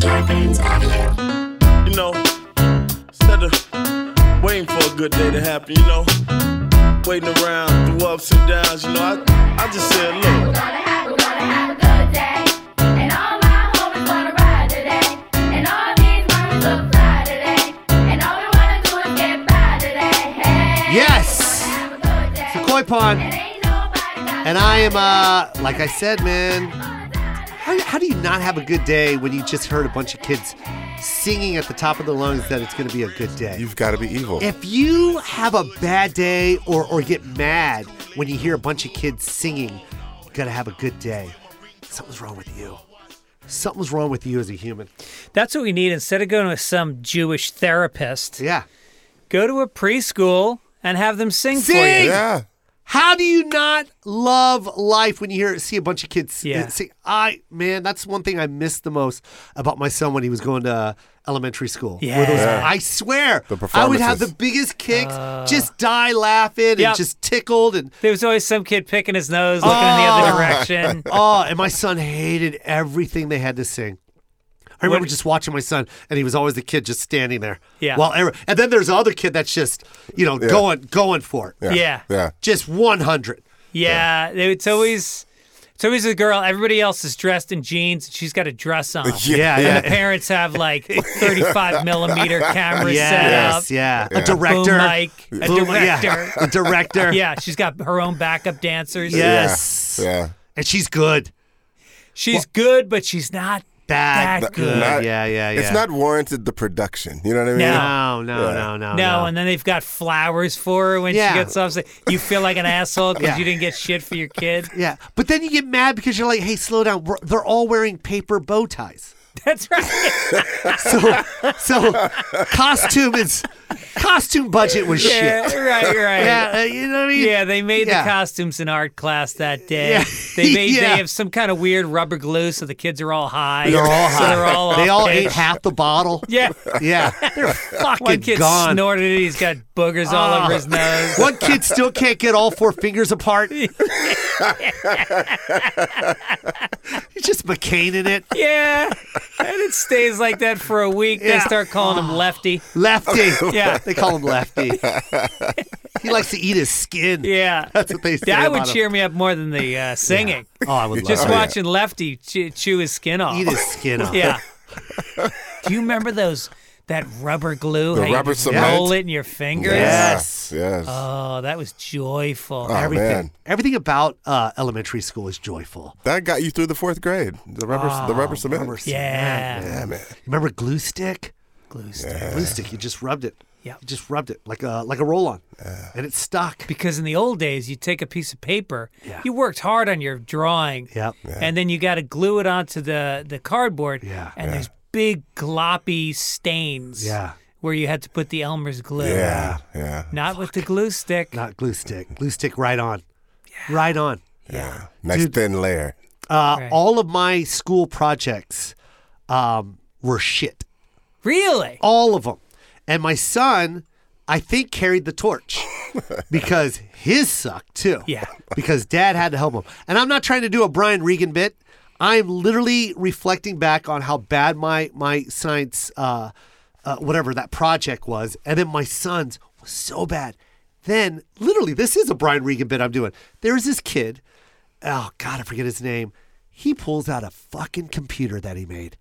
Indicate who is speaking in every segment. Speaker 1: Scorpions Audio.
Speaker 2: You know, instead of waiting for a good day to happen, you know, waiting around through ups and downs, you know, I, I just said, look,
Speaker 3: gonna have, we're gonna have a good day. And all my homies wanna ride today. And all these mommies look fly today. And all we wanna do is get by today. Hey,
Speaker 4: Yes!
Speaker 3: have a good day.
Speaker 4: It's a koi pond.
Speaker 3: Ain't nobody got
Speaker 4: And I am, uh, like I said, man, how, how do you not have a good day when you just heard a bunch of kids singing at the top of their lungs that it's going to be a good day?
Speaker 5: You've got to be evil.
Speaker 4: If you have a bad day or, or get mad when you hear a bunch of kids singing, you got to have a good day. Something's wrong with you. Something's wrong with you as a human.
Speaker 6: That's what we need. Instead of going to some Jewish therapist,
Speaker 4: Yeah.
Speaker 6: go to a preschool and have them sing, for
Speaker 4: Sing!
Speaker 6: you.
Speaker 5: yeah.
Speaker 4: How do you not love life when you hear see a bunch of kids? uh,
Speaker 6: Yeah.
Speaker 4: See, I man, that's one thing I missed the most about my son when he was going to uh, elementary school. Where those-
Speaker 6: Yeah. Uh.
Speaker 4: I swear,
Speaker 5: The
Speaker 4: I would have the
Speaker 5: performances.
Speaker 4: biggest kicks, just die laughing and
Speaker 6: Yep.
Speaker 4: just tickled and
Speaker 6: There was always some kid picking his nose, looking in the
Speaker 4: Oh.
Speaker 6: other direction.
Speaker 4: oh, and my son hated everything they had to sing. I remember
Speaker 6: What-
Speaker 4: just watching my son, and he was always the kid just standing there.
Speaker 6: Yeah.
Speaker 4: While every- and then there's the other kid that's just, you know, going going for it.
Speaker 5: Yeah.
Speaker 6: Yeah.
Speaker 5: Yeah.
Speaker 4: Just 100.
Speaker 6: Yeah, they- it's always it's always a girl. Everybody else is dressed in jeans, and she's got a dress on.
Speaker 4: Yeah,
Speaker 6: And
Speaker 4: yeah.
Speaker 6: the parents have like 35 millimeter cameras
Speaker 4: Yes,
Speaker 6: set up.
Speaker 4: yeah. A
Speaker 6: Boom
Speaker 4: director.
Speaker 6: mic, a
Speaker 4: Boom- yeah.
Speaker 6: director.
Speaker 4: A director.
Speaker 6: Yeah, she's got her own backup dancers.
Speaker 4: Yes. Uh,
Speaker 5: Yeah.
Speaker 4: And she's good.
Speaker 6: She's good, but she's not
Speaker 4: Bad.
Speaker 6: That
Speaker 4: good.
Speaker 5: Not-
Speaker 4: yeah, yeah, yeah.
Speaker 5: It's not warranted the production. You know what I mean?
Speaker 6: No.
Speaker 4: No, no, no, Oh, no.
Speaker 6: No, and then they've got flowers for her when
Speaker 4: Yeah.
Speaker 6: she gets off. So You feel like an asshole because
Speaker 4: Yeah.
Speaker 6: you didn't get shit for your kid.
Speaker 4: yeah. But then you get mad because you're like, hey, slow down. We're, they're all wearing paper bow ties.
Speaker 6: That's right.
Speaker 4: So, so costume is costume budget was
Speaker 6: Yeah,
Speaker 4: shit.
Speaker 6: right, right.
Speaker 4: Yeah, uh, you know what I mean.
Speaker 6: Yeah, they made
Speaker 4: Yeah.
Speaker 6: the costumes in art class that day.
Speaker 4: Yeah.
Speaker 6: They made
Speaker 4: Yeah.
Speaker 6: they have some kind of weird rubber glue, so the kids are all high.
Speaker 4: they're all
Speaker 6: So
Speaker 4: high.
Speaker 6: they're all
Speaker 4: they
Speaker 6: off
Speaker 4: all
Speaker 6: pitch.
Speaker 4: ate half the bottle.
Speaker 6: Yeah,
Speaker 4: Yeah, they're
Speaker 6: one
Speaker 4: fucking
Speaker 6: kid
Speaker 4: gone.
Speaker 6: snorted it. He's got boogers all over his nose.
Speaker 4: One kid still can't get all four fingers apart. He's just McCain in it.
Speaker 6: Yeah, and it stays like that for a week. They
Speaker 4: Yeah.
Speaker 6: start calling him Lefty.
Speaker 4: Lefty.
Speaker 6: Yeah.
Speaker 4: They call him Lefty. he likes to eat his skin.
Speaker 6: Yeah,
Speaker 4: That's what they say.
Speaker 6: that would
Speaker 4: about him.
Speaker 6: cheer me up more than the uh, singing.
Speaker 4: Oh, I would love
Speaker 6: Just
Speaker 4: it.
Speaker 6: watching Lefty chew, chew his skin off.
Speaker 4: Eat his skin off.
Speaker 6: Yeah. Do you remember those that rubber glue?
Speaker 5: The
Speaker 6: how you
Speaker 5: rubber
Speaker 6: just
Speaker 5: cement?
Speaker 6: roll it in your fingers.
Speaker 4: Yes. Uh,
Speaker 5: Yeah. Yes.
Speaker 6: Oh, that was joyful.
Speaker 5: Oh,
Speaker 4: Everything.
Speaker 5: man.
Speaker 4: Everything about uh, elementary school is joyful.
Speaker 5: that got you through the fourth grade. The rubber, the rubber cement.
Speaker 4: Remember Ah. cement,
Speaker 6: Yeah.
Speaker 4: man.
Speaker 5: yeah, man.
Speaker 4: Remember glue stick?
Speaker 6: Glue stick.
Speaker 4: Glue stick. You just rubbed it.
Speaker 6: Yeah.
Speaker 4: You just rubbed it like a like a roll on, and it stuck.
Speaker 6: Because in the old days, you take a piece of paper, you worked hard on your drawing,
Speaker 4: Yep.
Speaker 6: and then you got to glue it onto the, the cardboard,
Speaker 4: Yeah.
Speaker 6: and there's big gloppy stains
Speaker 4: Yeah.
Speaker 6: where you had to put the Elmer's glue.
Speaker 5: Yeah. Yeah.
Speaker 6: Not with the glue stick.
Speaker 4: Not glue stick. Glue stick right on. Right on.
Speaker 5: Yeah. Nice thin layer.
Speaker 4: Uh,
Speaker 6: Right.
Speaker 4: All of my school projects um, were shit.
Speaker 6: Really?
Speaker 4: All of them. And my son, I think, carried the torch because his sucked too.
Speaker 6: Yeah.
Speaker 4: Because dad had to help him. And I'm not trying to do a Brian Regan bit. I'm literally reflecting back on how bad my, my science, uh, uh, whatever that project was. And then my son's was so bad. Then, literally, this is a Brian Regan bit I'm doing. There's this kid. Oh, God, I forget his name. He pulls out a fucking computer that he made.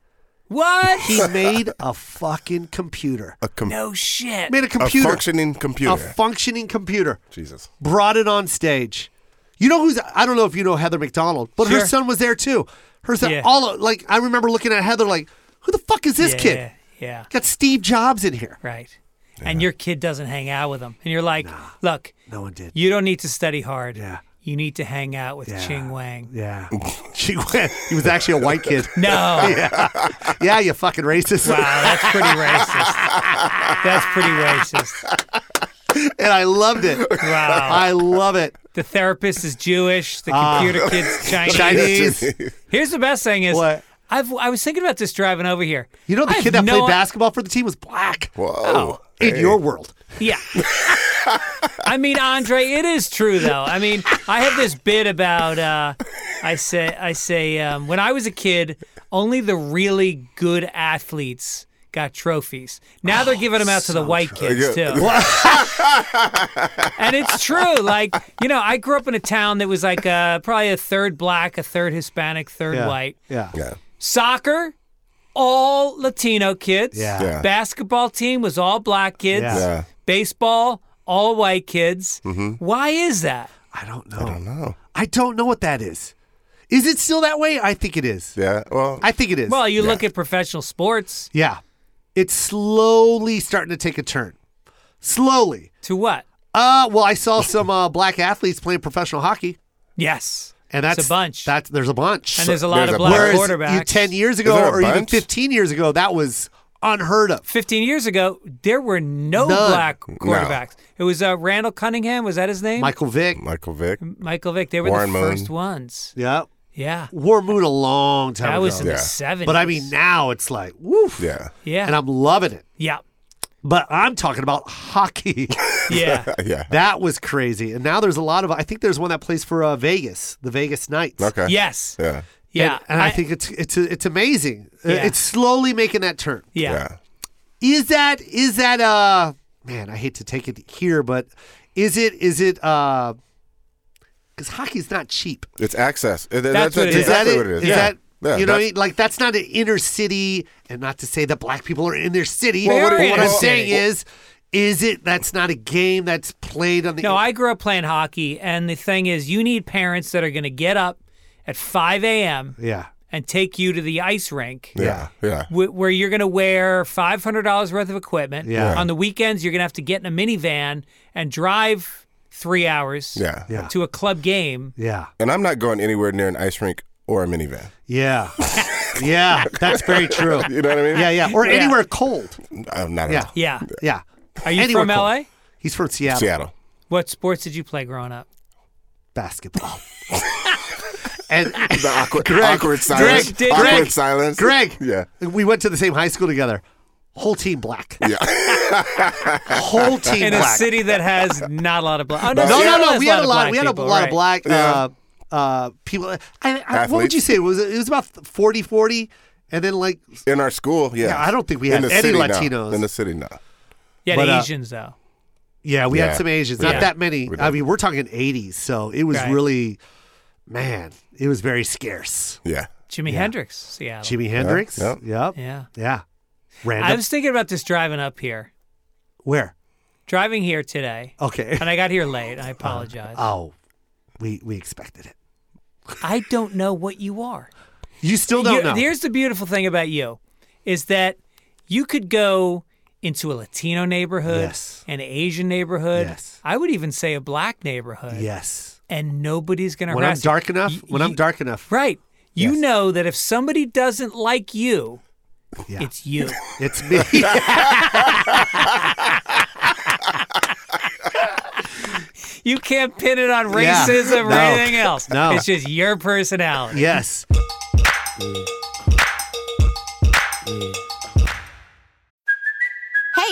Speaker 6: What?
Speaker 4: He made a fucking computer.
Speaker 5: A, com-
Speaker 6: no shit.
Speaker 4: Made a
Speaker 5: a
Speaker 4: computer.
Speaker 5: functioning computer.
Speaker 4: A functioning computer.
Speaker 5: Jesus.
Speaker 4: Brought it on stage. You know who's I don't know if you know Heather McDonald, but her
Speaker 6: Sure.
Speaker 4: son was there too. Her son
Speaker 6: Yeah.
Speaker 4: all of- like I remember looking at Heather like, who the fuck is this
Speaker 6: yeah,
Speaker 4: kid?
Speaker 6: Yeah.
Speaker 4: Got Steve Jobs in here.
Speaker 6: Right. And your kid doesn't hang out with them. And you're like, look,
Speaker 4: No one did.
Speaker 6: you don't need to study hard.
Speaker 4: Yeah.
Speaker 6: You need to hang out with
Speaker 4: Yeah.
Speaker 6: Ching Wang.
Speaker 4: Yeah. she went he was actually a white kid.
Speaker 6: No.
Speaker 4: yeah, you fucking racist.
Speaker 6: Wow, that's pretty racist. That's pretty racist.
Speaker 4: And I loved it.
Speaker 6: Wow.
Speaker 4: I love it.
Speaker 6: The therapist is Jewish. The computer kid's Chinese.
Speaker 4: Chinese.
Speaker 6: Here's the best thing is
Speaker 4: What?
Speaker 6: I've I was thinking about this driving over here.
Speaker 4: You know the
Speaker 6: I
Speaker 4: kid that
Speaker 6: have no Oh.
Speaker 4: played
Speaker 6: i-
Speaker 4: basketball for the team was black.
Speaker 5: Whoa.
Speaker 4: In
Speaker 5: Hey.
Speaker 4: your world.
Speaker 6: Yeah. I mean, Andre, it is true though. I mean, I have this bit about uh, I say I say um, when I was a kid, only the really good athletes got trophies. Now they're giving them out to the white kids
Speaker 5: Yeah.
Speaker 6: too. and it's true. Like, you know, I grew up in a town that was like uh, probably a third black, a third Hispanic, third
Speaker 4: Yeah.
Speaker 6: white.
Speaker 4: Yeah.
Speaker 5: Yeah.
Speaker 6: Soccer, all Latino kids.
Speaker 4: Yeah.
Speaker 5: Yeah.
Speaker 6: Basketball team was all black kids.
Speaker 4: Yeah. Mm-hmm.
Speaker 5: Yeah.
Speaker 6: Baseball, all white kids. Why is that?
Speaker 4: I don't know.
Speaker 5: I don't know.
Speaker 4: I don't know what that is. Is it still that way? I think it is.
Speaker 5: Yeah. Well,
Speaker 4: I think it is.
Speaker 6: Well, you look at professional sports.
Speaker 4: yeah. It's slowly starting to take a turn. Slowly.
Speaker 6: To what?
Speaker 4: Uh, well, I saw some uh, black athletes playing professional hockey,
Speaker 6: Yes.
Speaker 4: and that's
Speaker 6: a bunch.
Speaker 4: That's there's a bunch.
Speaker 6: and there's a lot
Speaker 5: there's
Speaker 6: of
Speaker 5: a
Speaker 6: black
Speaker 5: bunch.
Speaker 4: Whereas
Speaker 6: quarterbacks.
Speaker 4: you ten years
Speaker 5: Is
Speaker 4: ago,
Speaker 5: there a
Speaker 4: or even
Speaker 5: bunch?
Speaker 4: fifteen years ago, that was unheard of.
Speaker 6: 15 years ago, there were no
Speaker 4: None.
Speaker 6: black quarterbacks. It was uh, Randall Cunningham. Was that his name?
Speaker 4: Michael Vick.
Speaker 5: Michael Vick.
Speaker 6: Michael Vick. They were
Speaker 5: Warren
Speaker 6: the
Speaker 5: Moon.
Speaker 6: first ones.
Speaker 4: Yeah,
Speaker 6: Yeah.
Speaker 4: War Moon a long time
Speaker 6: That
Speaker 4: ago.
Speaker 6: was in
Speaker 5: Yeah.
Speaker 6: the 70s.
Speaker 4: but I mean, now it's like woof.
Speaker 5: Yeah.
Speaker 6: yeah.
Speaker 4: and I'm loving it.
Speaker 6: yeah.
Speaker 4: But I'm talking about hockey.
Speaker 6: Yeah.
Speaker 5: Yeah.
Speaker 4: that was crazy, and now there's a lot of. I think there's one that plays for uh, Vegas, the Vegas Knights.
Speaker 5: Okay.
Speaker 6: yes.
Speaker 5: Yeah.
Speaker 6: Yeah.
Speaker 4: and I, think it's it's it's amazing. Uh,
Speaker 6: Yeah.
Speaker 4: It's slowly making that turn.
Speaker 6: Yeah.
Speaker 5: Yeah.
Speaker 4: Is that is that uh man? I hate to take it here, but is it is it uh because hockey's not cheap?
Speaker 5: It's access. That's,
Speaker 6: That's what it is.
Speaker 5: exactly
Speaker 4: that
Speaker 5: what it is.
Speaker 4: Is
Speaker 5: yeah.
Speaker 4: that
Speaker 5: yeah.
Speaker 4: you know what I
Speaker 5: that's-
Speaker 4: mean? like that's not an inner city, and not to say that black people are in their city.
Speaker 6: Well,
Speaker 4: but
Speaker 6: what-
Speaker 4: what,
Speaker 6: well,
Speaker 4: I'm
Speaker 6: well,
Speaker 4: saying
Speaker 6: well-
Speaker 4: is, is it that's not a game that's played on the
Speaker 6: No, I grew up playing hockey, and the thing is, you need parents that are going to get up at 5 a.m.
Speaker 4: yeah
Speaker 6: and take you to the ice rink.
Speaker 5: Yeah. Yeah.
Speaker 6: wh- where you're going to wear $500 worth of equipment.
Speaker 4: Yeah.
Speaker 6: On the weekends, you're going to have to get in a minivan and drive three hours
Speaker 5: Yeah.
Speaker 4: Yeah.
Speaker 6: to a club game.
Speaker 4: yeah
Speaker 5: And I'm not going anywhere near an ice rink or a minivan.
Speaker 4: yeah yeah that's very true.
Speaker 5: You know what I mean? Uh,
Speaker 4: Yeah, yeah, or
Speaker 6: Yeah.
Speaker 4: anywhere cold.
Speaker 5: I'm not
Speaker 4: Yeah.
Speaker 5: at all.
Speaker 6: Yeah.
Speaker 4: Yeah,
Speaker 6: Are you
Speaker 4: Anywhere
Speaker 6: from
Speaker 4: cold.
Speaker 6: LA?
Speaker 4: He's from Seattle.
Speaker 5: Seattle.
Speaker 6: What sports did you play growing up?
Speaker 4: Basketball. and
Speaker 5: The awkward,
Speaker 4: Greg,
Speaker 5: awkward silence.
Speaker 6: did-
Speaker 5: awkward
Speaker 6: Greg,
Speaker 5: silence.
Speaker 4: Greg,
Speaker 5: Yeah.
Speaker 4: we went to the same high school together. Whole team black.
Speaker 5: Yeah.
Speaker 4: Whole team
Speaker 6: In
Speaker 4: black.
Speaker 6: a city that has not a lot of black. Oh,
Speaker 4: No, no,
Speaker 6: Seattle
Speaker 4: no.
Speaker 6: has
Speaker 4: We had a
Speaker 6: of
Speaker 4: lot.
Speaker 6: black
Speaker 4: We had a
Speaker 6: people,
Speaker 4: lot of
Speaker 6: right.
Speaker 4: black uh, uh, people. I, I, what would
Speaker 5: Athletes.
Speaker 4: you say? It was it was about 40, 40 and then like
Speaker 5: In our school, yeah.
Speaker 4: Yeah, I don't think we
Speaker 5: In
Speaker 4: had
Speaker 5: the
Speaker 4: any
Speaker 5: city, no.
Speaker 4: Latinos.
Speaker 5: In the city, no.
Speaker 6: Yeah,
Speaker 4: but, uh,
Speaker 6: Asians, though.
Speaker 4: yeah, we
Speaker 5: Yeah.
Speaker 4: had some Asians.
Speaker 5: We
Speaker 4: Not
Speaker 5: did.
Speaker 4: that many.
Speaker 5: We
Speaker 4: I
Speaker 5: did.
Speaker 4: mean, we're talking eighties, so it was
Speaker 6: Right.
Speaker 4: really, man, it was very scarce.
Speaker 5: Yeah.
Speaker 6: Jimi Hendrix, Seattle.
Speaker 4: Jimi Hendrix.
Speaker 5: yep.
Speaker 4: Yep.
Speaker 6: Oh. Yeah.
Speaker 4: Yeah.
Speaker 6: I
Speaker 4: Random.
Speaker 6: was thinking about this driving up here,
Speaker 4: Where?
Speaker 6: driving here today,
Speaker 4: Okay.
Speaker 6: and I got here late. I apologize.
Speaker 4: Oh, we we expected it.
Speaker 6: I don't know what you are.
Speaker 4: You still don't
Speaker 6: Here-
Speaker 4: know.
Speaker 6: Here's the beautiful thing about you is that you could go into a Latino neighborhood,
Speaker 4: Yes.
Speaker 6: an Asian neighborhood.
Speaker 4: Yes.
Speaker 6: I would even say a black neighborhood.
Speaker 4: yes.
Speaker 6: And nobody's going to
Speaker 4: When I'm
Speaker 6: harass you.
Speaker 4: dark enough.
Speaker 6: You-
Speaker 4: when I'm
Speaker 6: you-
Speaker 4: dark enough.
Speaker 6: Right. You
Speaker 4: Yes.
Speaker 6: know that if somebody doesn't like you,
Speaker 4: Yeah.
Speaker 6: it's you.
Speaker 4: It's me.
Speaker 6: you can't pin it on
Speaker 4: Yeah.
Speaker 6: racism or
Speaker 4: No.
Speaker 6: anything else.
Speaker 4: No.
Speaker 6: It's just your personality.
Speaker 4: yes.
Speaker 7: Hey,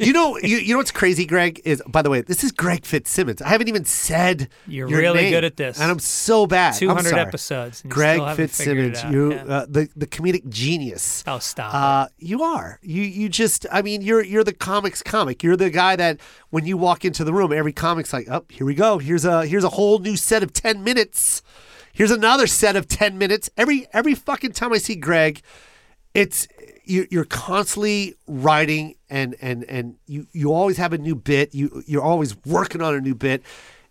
Speaker 4: You know, you, you know what's crazy, Greg is. By the way, this is Greg Fitzsimmons. I haven't even said
Speaker 6: You're
Speaker 4: your
Speaker 6: really
Speaker 4: name,
Speaker 6: good at this.
Speaker 4: and I'm so bad. I'm
Speaker 6: 200
Speaker 4: sorry.
Speaker 6: episodes and you
Speaker 4: Greg
Speaker 6: still haven't figured it
Speaker 4: Fitzsimmons,
Speaker 6: out.
Speaker 4: you
Speaker 6: Yeah.
Speaker 4: uh, the the comedic genius.
Speaker 6: Oh, stop.
Speaker 4: Uh, you are. You you just. I mean, you're you're the comics comic. You're the guy that when you walk into the room, every comic's like, "Oh, here we go. Here's a here's a whole new set of ten minutes. Here's another set of ten minutes." Every every fucking time I see Greg, it's you, you're constantly writing and and and you you always have a new bit. You you're always working on a new bit,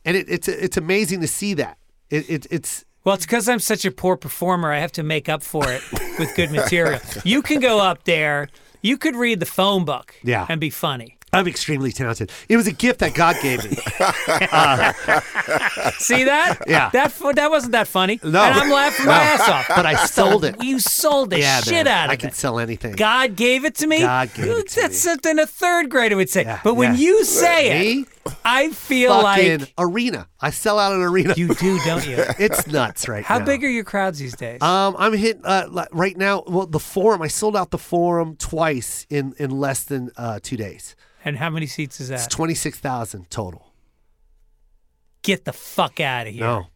Speaker 4: and it, it's it's amazing to see that. It, it it's
Speaker 6: Well, it's because I'm such a poor performer. I have to make up for it with good material. you can go up there. You could read the phone book
Speaker 4: Yeah.
Speaker 6: and be funny.
Speaker 4: I'm extremely talented. It was a gift that God gave me.
Speaker 6: See that?
Speaker 4: Yeah.
Speaker 6: That fu- that wasn't that funny.
Speaker 4: No.
Speaker 6: And I'm laughing my
Speaker 4: No.
Speaker 6: ass off.
Speaker 4: But I sold it.
Speaker 6: You sold the
Speaker 4: yeah,
Speaker 6: shit
Speaker 4: man,
Speaker 6: out of
Speaker 4: I
Speaker 6: it.
Speaker 4: can sell anything.
Speaker 6: God gave it to me.
Speaker 4: God gave it to
Speaker 6: That's
Speaker 4: me.
Speaker 6: something a third grader would say.
Speaker 4: Yeah,
Speaker 6: but when
Speaker 4: yeah.
Speaker 6: you say
Speaker 4: Me?
Speaker 6: it, I feel
Speaker 4: Fucking
Speaker 6: like
Speaker 4: arena. I sell out an arena.
Speaker 6: you do, don't you?
Speaker 4: it's nuts right
Speaker 6: How
Speaker 4: now.
Speaker 6: big are your crowds these days?
Speaker 4: Um, I'm hitting uh, li- right now. Well, the forum. I sold out the forum twice in in less than uh, two days.
Speaker 6: and how many seats is that?
Speaker 4: It's twenty six thousand total.
Speaker 6: Get the fuck out of here.
Speaker 4: No.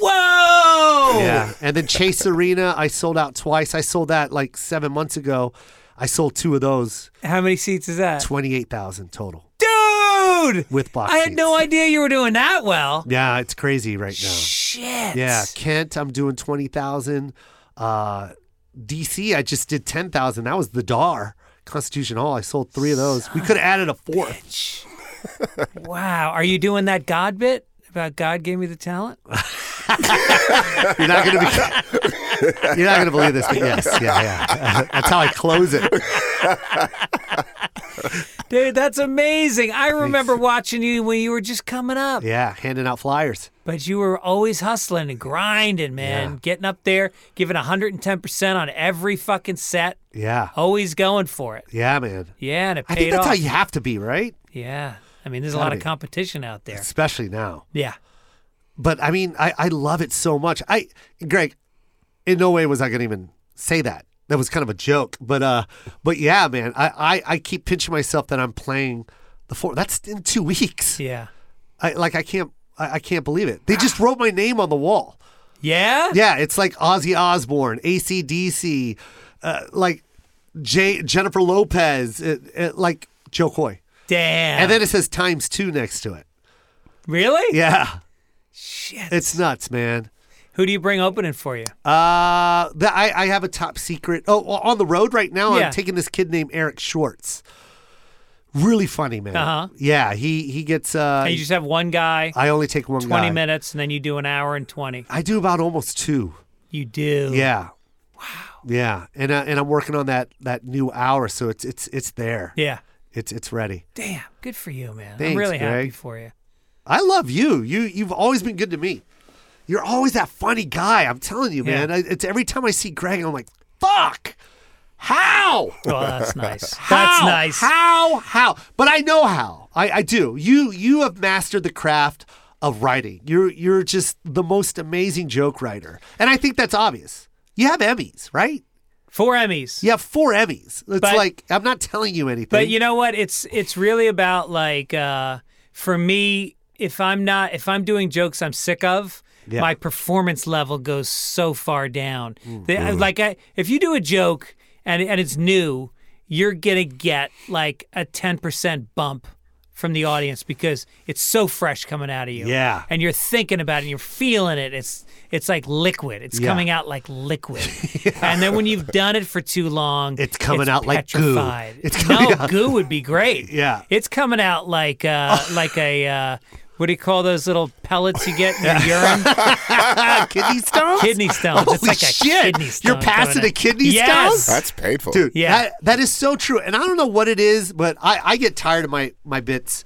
Speaker 6: Whoa!
Speaker 4: Yeah. And then Chase Arena, I sold out twice. I sold that like seven months ago. I sold two of those,
Speaker 6: How many seats is that?
Speaker 4: twenty eight thousand total.
Speaker 6: Dude!
Speaker 4: With box
Speaker 6: I had no
Speaker 4: seats.
Speaker 6: idea you were doing that well.
Speaker 4: Yeah, it's crazy right now.
Speaker 6: Shit.
Speaker 4: Yeah, Kent, I'm doing twenty thousand. Uh, DC, I just did ten thousand. That was the Dar Constitution Hall. I sold three of those. We could have added a fourth.
Speaker 6: Wow. Are you doing that God bit about God gave me the talent?
Speaker 4: You're not gonna be. You're not gonna believe this, but yes, yeah, yeah. That's how I close it.
Speaker 6: Dude, that's amazing. I remember watching you when you were just coming up,
Speaker 4: Yeah, handing out flyers.
Speaker 6: but you were always hustling and grinding, man. Getting up there, giving 110% on every fucking set,
Speaker 4: Yeah,
Speaker 6: always going for it.
Speaker 4: yeah, man.
Speaker 6: Yeah, and Oh. it
Speaker 4: I
Speaker 6: paid
Speaker 4: think that's
Speaker 6: off.
Speaker 4: how you have to be, right?
Speaker 6: yeah. I mean, there's a
Speaker 4: Gotta
Speaker 6: lot of
Speaker 4: be.
Speaker 6: competition out there.
Speaker 4: Especially now.
Speaker 6: Yeah.
Speaker 4: But I mean, I, I love it so much. I, Greg, in no way was I gonna even say that. That was kind of a joke. But uh, but yeah, man, I I, I keep pinching myself that I'm playing the four. That's in two weeks.
Speaker 6: Yeah.
Speaker 4: I like I can't I, I can't believe it. They just wrote my name on the wall.
Speaker 6: Yeah?
Speaker 4: Yeah, it's like Ozzy Osbourne, ACDC, uh, like J- Jennifer Lopez, it, it, like Joe Coy.
Speaker 6: Damn.
Speaker 4: And then it says times two next to it.
Speaker 6: really?
Speaker 4: Yeah,
Speaker 6: Shit.
Speaker 4: it's nuts, man.
Speaker 6: Who do you bring opening for you?
Speaker 4: Uh, the, I, I have a top secret. Oh, well, on the road right now,
Speaker 6: Yeah.
Speaker 4: I'm taking this kid named Eric Schwartz. Really funny, man.
Speaker 6: Uh-huh.
Speaker 4: Yeah, he he gets. Uh,
Speaker 6: And you just have one guy,
Speaker 4: I only take one
Speaker 6: 20
Speaker 4: guy.
Speaker 6: minutes, and then you do an hour and 20.
Speaker 4: I do about almost two.
Speaker 6: You do.
Speaker 4: Yeah. Wow. Yeah, and uh, and I'm working on that that new hour, so it's it's it's there.
Speaker 6: Yeah.
Speaker 4: It's it's ready.
Speaker 6: Damn. Good for you, man. I'm
Speaker 4: Thanks,
Speaker 6: really happy
Speaker 4: Greg.
Speaker 6: for you.
Speaker 4: I love you. You you've always been good to me. You're always that funny guy. I'm telling you,
Speaker 6: Yeah.
Speaker 4: man. I, it's every time I see Greg, I'm like, fuck. How?
Speaker 6: Well, that's nice.
Speaker 4: How?
Speaker 6: That's nice.
Speaker 4: How? How? But I know how. I, I do. You you have mastered the craft of writing. You're you're just the most amazing joke writer, and I think that's obvious. You have Emmys, right?
Speaker 6: Four Emmys.
Speaker 4: You have four Emmys. It's
Speaker 6: But-
Speaker 4: like I'm not telling you anything.
Speaker 6: But you know what? It's it's really about like uh, for me, if I'm not if I'm doing jokes I'm sick of,
Speaker 4: Yeah.
Speaker 6: my performance level goes so far down.
Speaker 4: Hmm.
Speaker 6: They- I- like I, if you do a joke and and it's new, you're gonna get like a ten percent bump from the audience because it's so fresh coming out of you.
Speaker 4: Yeah.
Speaker 6: And you're thinking about it and you're feeling it. It's it's like liquid. It's
Speaker 4: Yeah.
Speaker 6: coming out like liquid. And then when you've done it for too long,
Speaker 4: It's coming out like goo.
Speaker 6: petrified.
Speaker 4: It's coming
Speaker 6: no, goo would be great.
Speaker 4: Yeah. Oh.
Speaker 6: It's coming out like uh, like a uh, what do you call those little pellets you get in your urine?
Speaker 4: kidney stones.
Speaker 6: Kidney stones.
Speaker 4: Holy
Speaker 6: it's like a
Speaker 4: shit!
Speaker 6: kidney stone.
Speaker 4: You're passing
Speaker 6: coming
Speaker 4: a
Speaker 6: out.
Speaker 4: kidney
Speaker 6: yes.
Speaker 4: stone,
Speaker 5: That's painful.
Speaker 4: dude.
Speaker 6: Yeah.
Speaker 4: that, that is so true. And I don't know what it is, but I, I get tired of my my bits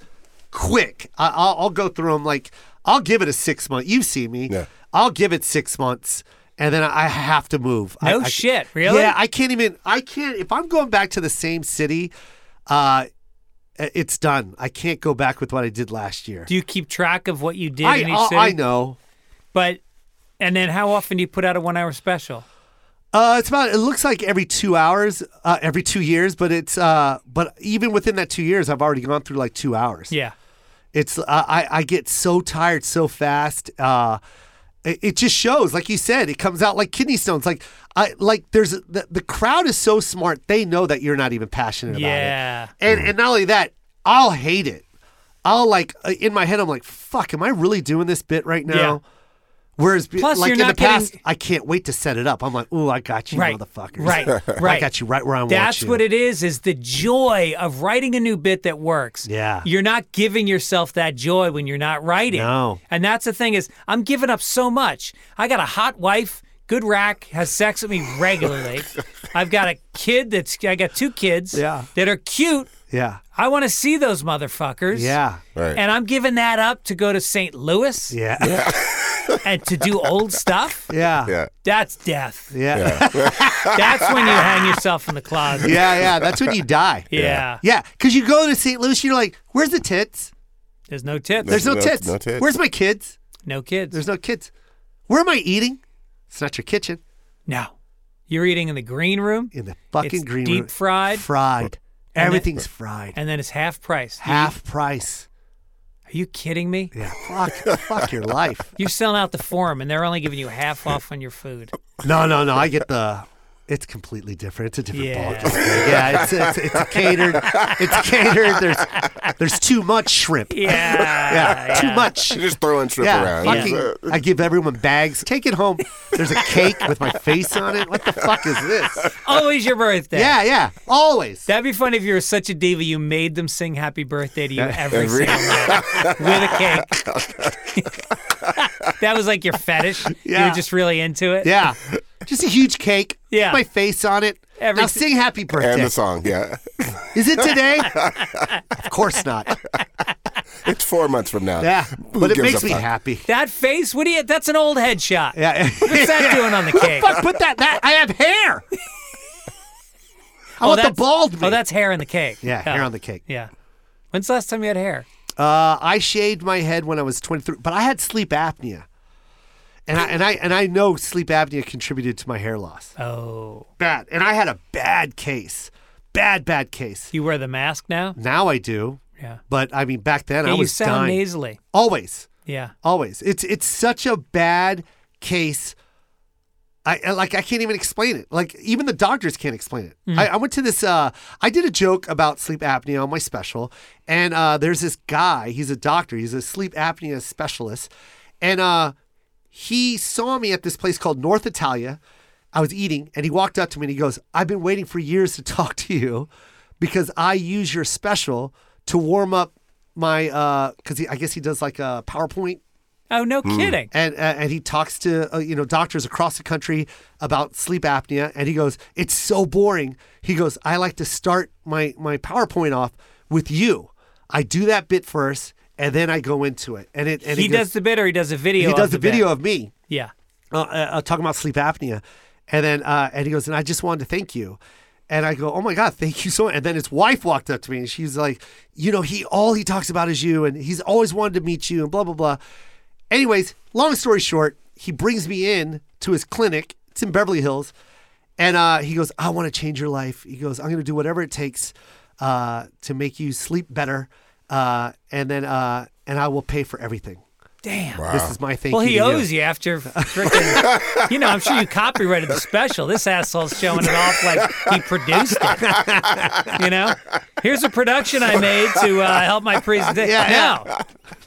Speaker 4: quick. I, I'll, I'll go through them like I'll give it a six month. You see me?
Speaker 5: Yeah.
Speaker 4: I'll give it six months, and then I, I have to move. I-
Speaker 6: No
Speaker 4: I-
Speaker 6: shit, really?
Speaker 4: Yeah, I can't even. I can't. If I'm going back to the same city, uh, it's done. I can't go back with what I did last year.
Speaker 6: Do you keep track of what you did
Speaker 4: I,
Speaker 6: in each
Speaker 4: I,
Speaker 6: city?
Speaker 4: I know.
Speaker 6: But and then how often do you put out a one hour special?
Speaker 4: Uh, it's about. It looks like every two hours, uh, every two years, but it's. Uh, but even within that two years, I've already gone through like two hours.
Speaker 6: Yeah.
Speaker 4: It's. Uh, I I get so tired so fast. Uh, it, it just shows, like you said, it comes out like kidney stones. Like I like there's the, the crowd is so smart. They know that you're not even passionate about
Speaker 6: Yeah.
Speaker 4: it. And and not only that, I'll hate it. I'll like uh, in my head, I'm like, fuck, am I really doing this bit right now?
Speaker 6: Yeah.
Speaker 4: Whereas, be-
Speaker 6: Plus,
Speaker 4: like
Speaker 6: you're
Speaker 4: in the
Speaker 6: not getting-
Speaker 4: past, I can't wait to set it up. I'm like, ooh, I got you,
Speaker 6: Right.
Speaker 4: motherfuckers.
Speaker 6: Right. Right.
Speaker 4: I got you right where I want
Speaker 6: That's
Speaker 4: you.
Speaker 6: what it is, is the joy of writing a new bit that works.
Speaker 4: Yeah.
Speaker 6: You're not giving yourself that joy when you're not writing.
Speaker 4: No.
Speaker 6: And that's the thing is I'm giving up so much. I got a hot wife, good rack, has sex with me regularly. I've got a kid that's I got two kids
Speaker 4: Yeah.
Speaker 6: that are cute
Speaker 4: Yeah.
Speaker 6: I want to see those motherfuckers.
Speaker 4: Yeah.
Speaker 5: Right.
Speaker 6: And I'm giving that up to go to St. Louis
Speaker 4: Yeah. Yeah.
Speaker 6: and to do old stuff.
Speaker 4: Yeah. Yeah.
Speaker 5: yeah.
Speaker 6: That's death.
Speaker 4: Yeah.
Speaker 6: That's when you hang yourself in the closet.
Speaker 4: That's when you die.
Speaker 6: Yeah.
Speaker 4: Yeah. Because you go to St. Louis, you're like, where's the tits?
Speaker 6: There's no tips.
Speaker 4: There's no,
Speaker 5: no-
Speaker 4: tits.
Speaker 5: no tits.
Speaker 4: Where's my kids?
Speaker 6: no kids.
Speaker 4: There's no kids. Where am I eating? It's not your kitchen.
Speaker 6: no. You're eating in the green room.
Speaker 4: In the fucking
Speaker 6: It's
Speaker 4: green
Speaker 6: deep
Speaker 4: room.
Speaker 6: fried.
Speaker 4: Fried.
Speaker 6: And
Speaker 4: Everything's fried.
Speaker 6: and then it's half price.
Speaker 4: Half price.
Speaker 6: Are you kidding me?
Speaker 4: Yeah. Fuck. fuck your life.
Speaker 6: You're selling out the forum, and they're only giving you half off on your food.
Speaker 4: No, no, no. I get the. It's completely different. It's a different
Speaker 6: Yeah.
Speaker 4: ballgame. Yeah, it's, it's it's catered. It's catered. There's there's too much shrimp.
Speaker 6: Yeah,
Speaker 4: Yeah, too much.
Speaker 5: You're just throwing trip
Speaker 4: Yeah,
Speaker 5: around.
Speaker 4: fucking,
Speaker 5: It's, uh,
Speaker 4: I give everyone bags. Take it home. There's a cake with my face on it. What the fuck is this?
Speaker 6: Always your birthday.
Speaker 4: Yeah, yeah, always.
Speaker 6: That'd be funny if you were such a diva you made them sing happy birthday to you every,
Speaker 5: every-
Speaker 6: single night with a cake. that was like your fetish. You
Speaker 4: Yeah.
Speaker 6: were just really into it.
Speaker 4: yeah, just a huge cake.
Speaker 6: Yeah.
Speaker 4: with my face on it.
Speaker 6: Every-
Speaker 4: now sing happy
Speaker 5: and
Speaker 4: birthday.
Speaker 5: the song, yeah.
Speaker 4: Is it today? of course not.
Speaker 5: It's four months from now.
Speaker 4: Yeah,
Speaker 5: Who
Speaker 4: but it
Speaker 5: gives
Speaker 4: makes
Speaker 5: a
Speaker 4: me
Speaker 5: fuck?
Speaker 4: happy.
Speaker 6: That face, what do you that's an old headshot.
Speaker 4: Yeah.
Speaker 6: What's that doing on the cake?
Speaker 4: Fuck, put that. That I have hair. I want the
Speaker 6: that's-
Speaker 4: bald.
Speaker 6: Oh,
Speaker 4: me.
Speaker 6: that's hair in the cake.
Speaker 4: yeah, hair on the cake.
Speaker 6: Yeah. When's the last time you had hair?
Speaker 4: Uh, I shaved my head when I was 23, but I had sleep apnea, and I and I and I know sleep apnea contributed to my hair loss.
Speaker 6: Oh.
Speaker 4: Bad, and I had a bad case, bad bad case.
Speaker 6: You wear the mask now?
Speaker 4: Now I do,
Speaker 6: Yeah.
Speaker 4: but I mean back then
Speaker 6: Yeah,
Speaker 4: I
Speaker 6: you
Speaker 4: was
Speaker 6: sound
Speaker 4: dying.
Speaker 6: nasally.
Speaker 4: Always,
Speaker 6: Yeah.
Speaker 4: always. It's it's such a bad case. I I- like I can't even explain it. Like even the doctors can't explain it. I, I went to this. Uh, I did a joke about sleep apnea on my special, and uh, there's this guy. He's a doctor. He's a sleep apnea specialist, and uh, he saw me at this place called North Italia. I was eating, and he walked up to me and he goes, "I've been waiting for years to talk to you, because I use your special to warm up my because he I guess he does like a PowerPoint
Speaker 6: Oh, no kidding.
Speaker 4: and uh, and he talks to uh, you know doctors across the country about sleep apnea and he goes it's so boring he goes i like to start my my powerpoint off with you i do that bit first and then i go into it and it and
Speaker 6: he
Speaker 4: goes-
Speaker 6: does the bit or he does a video.
Speaker 4: he
Speaker 6: of
Speaker 4: does the
Speaker 6: bit?
Speaker 4: video of me
Speaker 6: Yeah.
Speaker 4: uh, uh, talking about sleep apnea, and then uh, and he goes, and I just wanted to thank you, and I go, oh my god, thank you so much. And then his wife walked up to me and she's like, you know, he all he talks about is you, and he's always wanted to meet you, and blah blah blah. Anyways, long story short, he brings me in to his clinic. It's in Beverly Hills, and uh, he goes, I want to change your life. He goes, I'm going to do whatever it takes uh, to make you sleep better, uh, and then uh, and I will pay for everything.
Speaker 6: Damn.
Speaker 4: This is my thank
Speaker 6: Well,
Speaker 4: you.
Speaker 6: he
Speaker 4: to
Speaker 6: owes you after freaking. you know, I'm sure you copyrighted the special. This asshole's showing it off like he produced it. You know, here's a production I made to uh, help my presentation.
Speaker 4: Yeah,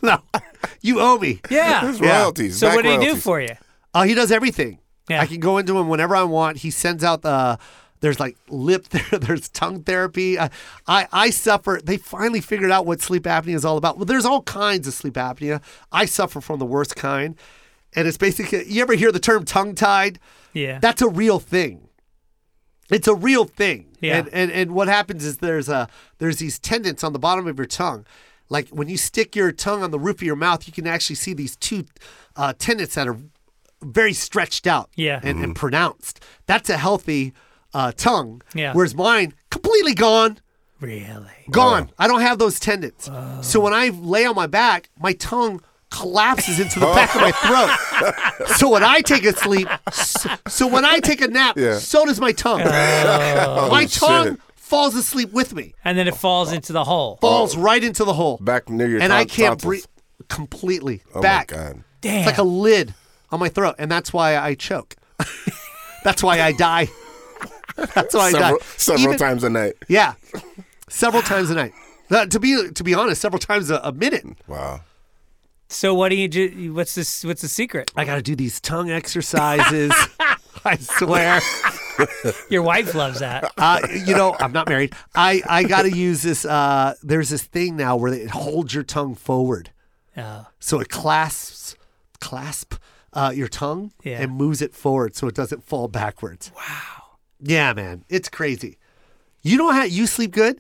Speaker 6: no.
Speaker 4: No, you owe me.
Speaker 6: yeah.
Speaker 5: It's royalties.
Speaker 6: So
Speaker 5: back
Speaker 6: what did he do
Speaker 5: royalties.
Speaker 6: for you?
Speaker 4: Oh, he does everything.
Speaker 6: Yeah.
Speaker 4: I can go into him whenever I want. He sends out the there's like lip there, there's tongue therapy. I, I I suffer. They finally figured out what sleep apnea is all about. Well, there's all kinds of sleep apnea. I suffer from the worst kind, and it's basically you ever hear the term tongue tied?
Speaker 6: Yeah.
Speaker 4: That's a real thing. It's a real thing.
Speaker 6: Yeah.
Speaker 4: And, and and what happens is there's a there's these tendons on the bottom of your tongue. Like when you stick your tongue on the roof of your mouth, you can actually see these two uh, tendons that are very stretched out
Speaker 6: Yeah.
Speaker 4: and, and pronounced. That's a healthy uh, tongue.
Speaker 6: Yeah.
Speaker 4: Whereas mine, completely gone.
Speaker 6: really?
Speaker 4: Gone. I don't have those tendons. So
Speaker 6: Oh.
Speaker 4: when I lay on my back, my tongue collapses into the back of my throat. so when I take a sleep, so, so when I take a nap,
Speaker 5: Yeah. Oh,
Speaker 4: so does my tongue. my
Speaker 5: shit.
Speaker 4: tongue falls asleep with me,
Speaker 6: And then it falls into the hole.
Speaker 4: falls right into the hole.
Speaker 5: Oh. Back near your
Speaker 4: and I
Speaker 5: tons-
Speaker 4: can't
Speaker 5: tonsils.
Speaker 4: breathe completely
Speaker 5: Oh
Speaker 4: back.
Speaker 5: my god.
Speaker 6: Damn.
Speaker 4: It's like a lid on my throat, and that's why I choke. that's why I die. that's why I
Speaker 5: Several,
Speaker 4: die.
Speaker 5: several
Speaker 4: Oh, Even-
Speaker 5: times a night.
Speaker 4: yeah, several times a night. Uh, to be to be honest, several times a, a minute.
Speaker 5: Wow.
Speaker 6: so what do you do? What's this? What's the secret?
Speaker 4: I got to do these tongue exercises. I swear.
Speaker 6: Your wife loves that.
Speaker 4: Uh, you know, I'm not married. I I got to use this. Uh, there's this thing now where it holds your tongue forward,
Speaker 6: Oh,
Speaker 4: so it clasps clasp uh, your tongue
Speaker 6: Yeah.
Speaker 4: and moves it forward, so it doesn't fall backwards. Wow. Yeah, man, it's crazy. You know how you sleep good?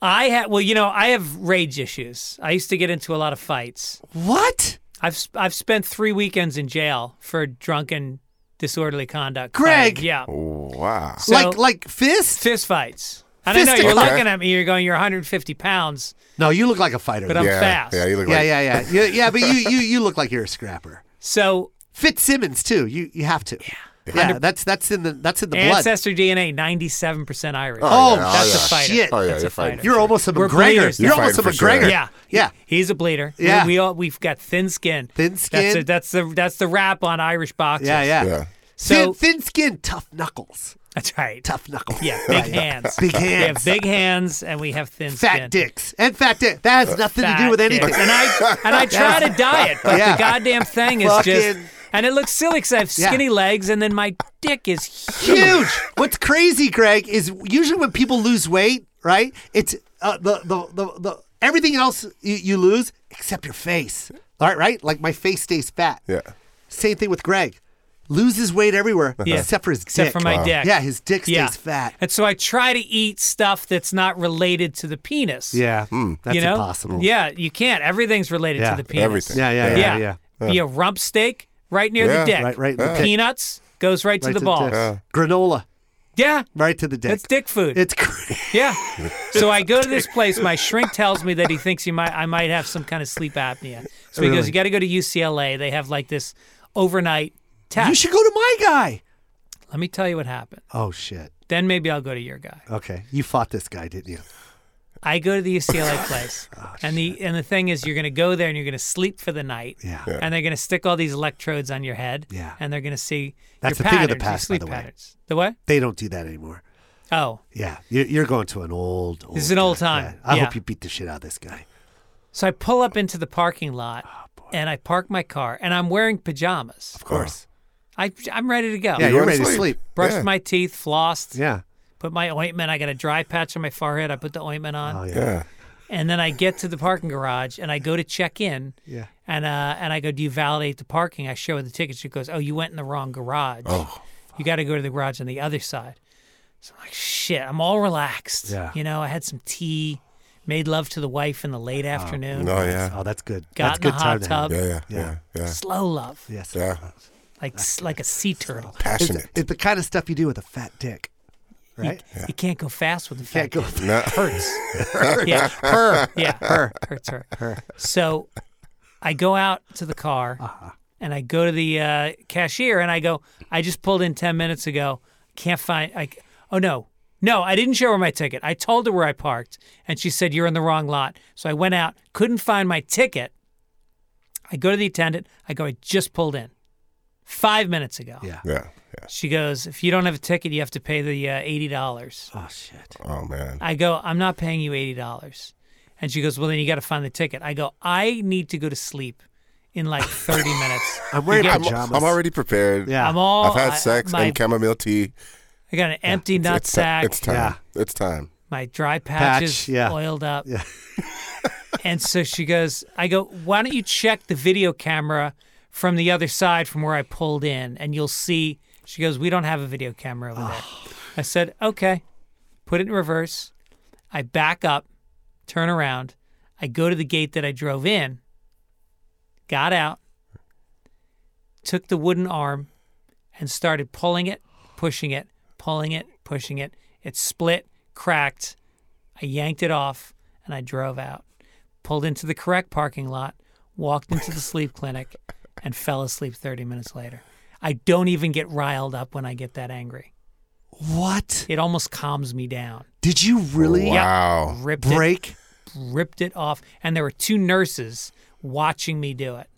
Speaker 6: I have. Well, you know, I have rage issues. I used to get into a lot of fights.
Speaker 4: What?
Speaker 6: I've sp- I've spent three weekends in jail for drunken, disorderly conduct.
Speaker 4: Greg!
Speaker 6: Fighting. yeah,
Speaker 5: Wow.
Speaker 6: So-
Speaker 4: like like fist?
Speaker 6: fist fights. And I know
Speaker 4: Fisting.
Speaker 6: you're
Speaker 5: Okay.
Speaker 6: looking at me. You're going. You're 150 pounds,
Speaker 4: No, you look like a fighter.
Speaker 6: but I'm
Speaker 5: yeah,
Speaker 6: fast.
Speaker 5: yeah, you look
Speaker 4: yeah,
Speaker 5: like
Speaker 4: yeah, yeah, yeah, yeah. But you you you look like you're a scrapper.
Speaker 6: So
Speaker 4: Fitzsimmons too. You you have to. Yeah, that's that's in the that's in the blood.
Speaker 6: ancestor DNA, 97 percent Irish.
Speaker 4: Oh, yeah,
Speaker 6: that's
Speaker 4: oh,
Speaker 6: a
Speaker 4: yeah.
Speaker 6: fighter.
Speaker 4: Shit.
Speaker 5: Oh yeah,
Speaker 6: That's a
Speaker 5: you're fine.
Speaker 6: fighter.
Speaker 4: You're almost a
Speaker 6: We're
Speaker 4: McGregor.
Speaker 6: players
Speaker 4: You're
Speaker 6: now.
Speaker 4: almost a
Speaker 5: Fighting for sure.
Speaker 4: McGregor.
Speaker 6: Yeah,
Speaker 4: yeah.
Speaker 6: He- he's a bleeder. We-
Speaker 4: Yeah.
Speaker 6: we, all we've got thin skin.
Speaker 4: Thin
Speaker 6: That's,
Speaker 4: skin.
Speaker 6: a, that's the that's the rap on Irish boxers.
Speaker 4: Yeah, yeah.
Speaker 5: Yeah.
Speaker 6: So
Speaker 4: thin, thin skin, tough knuckles.
Speaker 6: that's right.
Speaker 4: Tough knuckles.
Speaker 6: Yeah,
Speaker 4: Right.
Speaker 6: big hands.
Speaker 4: Big
Speaker 6: We have
Speaker 4: hands.
Speaker 6: big hands, and we have thin
Speaker 4: fat
Speaker 6: skin. Uh,
Speaker 4: dicks. And fat dick. That has nothing to do with
Speaker 6: Fat dicks.
Speaker 4: anything.
Speaker 6: And I and I try to diet, but
Speaker 4: Yeah.
Speaker 6: the goddamn thing is just.
Speaker 4: Fucking-
Speaker 6: And it looks silly because I have
Speaker 4: Yeah.
Speaker 6: skinny legs, and then my dick is
Speaker 4: huge. What's crazy, Greg, is usually when people lose weight, right? It's uh, the, the the the everything else you, you lose except your face. All right, right? Like my face stays fat.
Speaker 5: Yeah. Uh,
Speaker 4: Same thing with Greg. Loses weight everywhere
Speaker 6: Yeah.
Speaker 4: except for his
Speaker 6: except
Speaker 4: dick.
Speaker 6: for my dick.
Speaker 4: Yeah, his dick stays
Speaker 6: Yeah.
Speaker 4: fat.
Speaker 6: And so I try to eat stuff that's not related to the penis.
Speaker 4: Yeah, that's
Speaker 6: you know?
Speaker 4: impossible.
Speaker 6: Yeah, you can't. Everything's related
Speaker 4: Yeah,
Speaker 6: to the penis.
Speaker 5: everything.
Speaker 4: yeah, yeah, yeah, yeah.
Speaker 6: Yeah. Yeah, rump steak right near
Speaker 5: Yeah.
Speaker 6: the dick.
Speaker 4: Right, right in the dick.
Speaker 6: Peanuts goes right, to the balls.
Speaker 4: dick. Granola,
Speaker 6: Yeah.
Speaker 4: right to the dick.
Speaker 6: That's dick food.
Speaker 4: It's crazy.
Speaker 6: yeah. So I go to this place. My shrink tells me that he thinks he might I might have some kind of sleep apnea. So he goes,
Speaker 4: Really?
Speaker 6: You gotta go to UCLA. They have like this overnight test.
Speaker 4: You should go to my guy.
Speaker 6: Let me tell you what happened.
Speaker 4: Oh shit.
Speaker 6: Then maybe I'll go to your guy.
Speaker 4: Okay, you fought this guy, didn't you?
Speaker 6: I go to the UCLA place,
Speaker 4: Oh,
Speaker 6: and the and the thing is, you're going to go there and you're going to sleep for the night,
Speaker 4: Yeah. Yeah.
Speaker 6: and they're going to stick all these electrodes on your head,
Speaker 4: Yeah.
Speaker 6: and they're going to see
Speaker 4: That's
Speaker 6: your
Speaker 4: a thing of the
Speaker 6: patterns,
Speaker 4: past, by
Speaker 6: your sleep
Speaker 4: the way.
Speaker 6: patterns. The what?
Speaker 4: They don't do that anymore.
Speaker 6: Oh,
Speaker 4: Yeah, you're, you're going to an old. old
Speaker 6: is an old
Speaker 4: guy.
Speaker 6: time.
Speaker 4: Yeah. I
Speaker 6: Yeah.
Speaker 4: hope you beat the shit out of this guy.
Speaker 6: so I pull up into the parking lot, and I park my car, and I'm wearing pajamas.
Speaker 4: Oh, Of course.
Speaker 6: I I'm ready to go.
Speaker 4: yeah,
Speaker 5: You
Speaker 4: you're
Speaker 5: wanna
Speaker 4: ready to
Speaker 5: sleep.
Speaker 4: sleep.
Speaker 6: Brushed
Speaker 5: Yeah.
Speaker 6: my teeth, flossed,
Speaker 4: Yeah.
Speaker 6: put my ointment. I got a dry patch on my forehead. I put the ointment on.
Speaker 4: Oh yeah.
Speaker 5: Yeah.
Speaker 6: and then I get to the parking garage and I go to check in.
Speaker 4: Yeah.
Speaker 6: And uh, and I go, do you validate the parking? I show her the ticket. She goes, oh, you went in the wrong garage. Oh. You got to go to the garage on the other side. So I'm like, shit. I'm all relaxed.
Speaker 4: Yeah.
Speaker 6: You know, I had some tea, made love to the wife in the late afternoon.
Speaker 5: No, yeah.
Speaker 4: Oh, that's good.
Speaker 6: Got
Speaker 4: that's
Speaker 6: in
Speaker 4: good
Speaker 6: the
Speaker 4: time
Speaker 6: hot
Speaker 4: to have.
Speaker 6: tub.
Speaker 5: Yeah, yeah,
Speaker 4: Yeah.
Speaker 5: yeah, yeah.
Speaker 6: Slow love,
Speaker 4: Yes.
Speaker 5: Yeah.
Speaker 6: like s- like a sea turtle.
Speaker 5: Passionate.
Speaker 4: It's the kind of stuff you do with a fat dick,
Speaker 6: You,
Speaker 4: right?
Speaker 6: you can't go fast with the
Speaker 4: Can't
Speaker 6: fat
Speaker 4: go.
Speaker 5: No.
Speaker 6: hurts. yeah, her. Yeah, her hurts her.
Speaker 4: Her.
Speaker 6: So I go out to the car and I go to the uh, cashier and I go, I just pulled in ten minutes ago. Can't find. I oh no. No, I didn't show her my ticket. I told her where I parked, and she said, You're in the wrong lot. So I went out, couldn't find my ticket. I go to the attendant. I go, I just pulled in five minutes ago.
Speaker 4: Yeah.
Speaker 5: Yeah. Yeah.
Speaker 6: She goes, If you don't have a ticket, you have to pay the uh, $80.
Speaker 4: Oh shit.
Speaker 5: Oh man.
Speaker 6: I go, I'm not paying you $80. And she goes, Well, then you got to find the ticket. I go, I need to go to sleep in like 30 minutes.
Speaker 4: I'm wearing
Speaker 5: I'm,
Speaker 4: pajamas.
Speaker 5: I'm already prepared.
Speaker 4: Yeah. Oh,
Speaker 6: I'm all.
Speaker 5: I've had
Speaker 6: I-
Speaker 5: sex
Speaker 6: my-
Speaker 5: and chamomile tea.
Speaker 6: I got an empty nut
Speaker 5: it's,
Speaker 6: sack.
Speaker 5: it's time.
Speaker 4: Yeah.
Speaker 5: It's time.
Speaker 6: my dry patches
Speaker 4: Patch, yeah.
Speaker 6: oiled up.
Speaker 4: Yeah.
Speaker 6: and so she goes, I go, why don't you check the video camera from the other side from where I pulled in and you'll see. She goes, we don't have a video camera over there.
Speaker 4: Ah.
Speaker 6: I said, okay, put it in reverse. I back up, turn around. I go to the gate that I drove in, got out, took the wooden arm and started pulling it, pushing it, pulling it, pushing it. It split, cracked. I yanked it off and I drove out. Pulled into the correct parking lot, walked into the sleep clinic, and fell asleep 30 minutes later. I don't even get riled up when I get that angry.
Speaker 4: What?
Speaker 6: It almost calms me down.
Speaker 4: Did you really
Speaker 5: Wow.
Speaker 6: Ripped it,
Speaker 4: break?
Speaker 6: ripped it off, and there were two nurses watching me do it.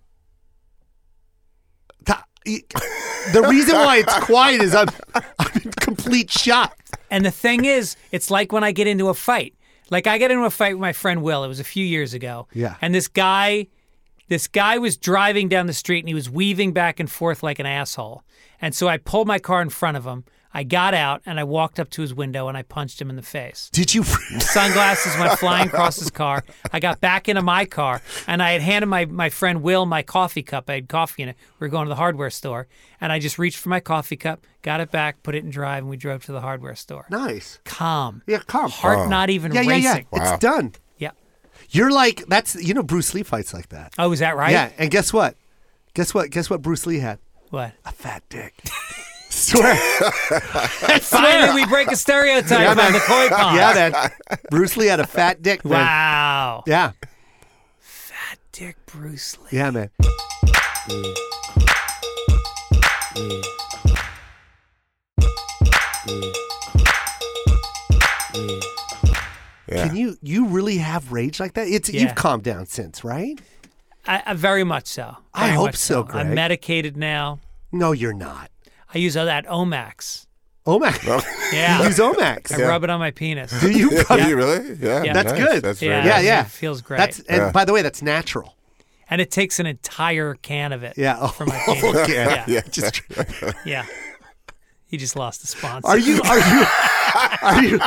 Speaker 4: Ta- e- The reason why it's quiet is I'm, I'm in complete shock.
Speaker 6: And the thing is, it's like when I get into a fight. Like I got into a fight with my friend Will. It was a few years ago.
Speaker 4: Yeah.
Speaker 6: And this guy, this guy was driving down the street and he was weaving back and forth like an asshole. And so I pulled my car in front of him. I got out and I walked up to his window and I punched him in the face.
Speaker 4: Did you?
Speaker 6: Sunglasses went flying across his car. I got back into my car and I had handed my, my friend Will my coffee cup. I had coffee in it. We were going to the hardware store and I just reached for my coffee cup, got it back, put it in drive, and we drove to the hardware store.
Speaker 4: nice.
Speaker 6: Calm.
Speaker 4: Yeah, calm.
Speaker 6: Heart not even
Speaker 4: yeah, yeah,
Speaker 6: racing.
Speaker 4: yeah.
Speaker 5: Wow.
Speaker 4: It's done.
Speaker 6: Yeah.
Speaker 4: You're like that's you know Bruce Lee fights like that.
Speaker 6: Oh, is that right?
Speaker 4: yeah, and guess what? Guess what? Guess what? Bruce Lee had
Speaker 6: What?
Speaker 4: a fat dick. Swear.
Speaker 6: Finally, we break a stereotype on the koi pond.
Speaker 4: yeah, man. Bruce Lee had a fat dick. Man.
Speaker 6: Wow.
Speaker 4: Yeah,
Speaker 6: Dick Bruce Lee.
Speaker 4: yeah, man.
Speaker 5: Yeah.
Speaker 4: Can you you really have rage like that? It's
Speaker 6: Yeah.
Speaker 4: you've calmed down since, right?
Speaker 6: I, I very much so.
Speaker 4: I
Speaker 6: Very
Speaker 4: hope
Speaker 6: much
Speaker 4: so, Greg.
Speaker 6: I'm medicated now.
Speaker 4: No, you're not.
Speaker 6: I use all that Omax.
Speaker 4: Omax. You
Speaker 6: Yeah.
Speaker 4: use Omax.
Speaker 6: I rub it on my penis.
Speaker 4: Do you?
Speaker 5: Yeah, you really? Yeah,
Speaker 6: Yeah.
Speaker 4: That's good.
Speaker 5: That's very
Speaker 6: Yeah,
Speaker 4: Yeah,
Speaker 6: it
Speaker 4: yeah.
Speaker 6: feels great.
Speaker 4: That's and
Speaker 5: Yeah.
Speaker 4: by the way, that's natural.
Speaker 6: And it takes an entire can of it.
Speaker 4: Yeah. Oh,
Speaker 6: For my penis.
Speaker 4: Okay.
Speaker 6: Yeah.
Speaker 5: Yeah.
Speaker 4: Just-
Speaker 6: Yeah. He just lost the sponsor.
Speaker 4: are you? Are you? Are you?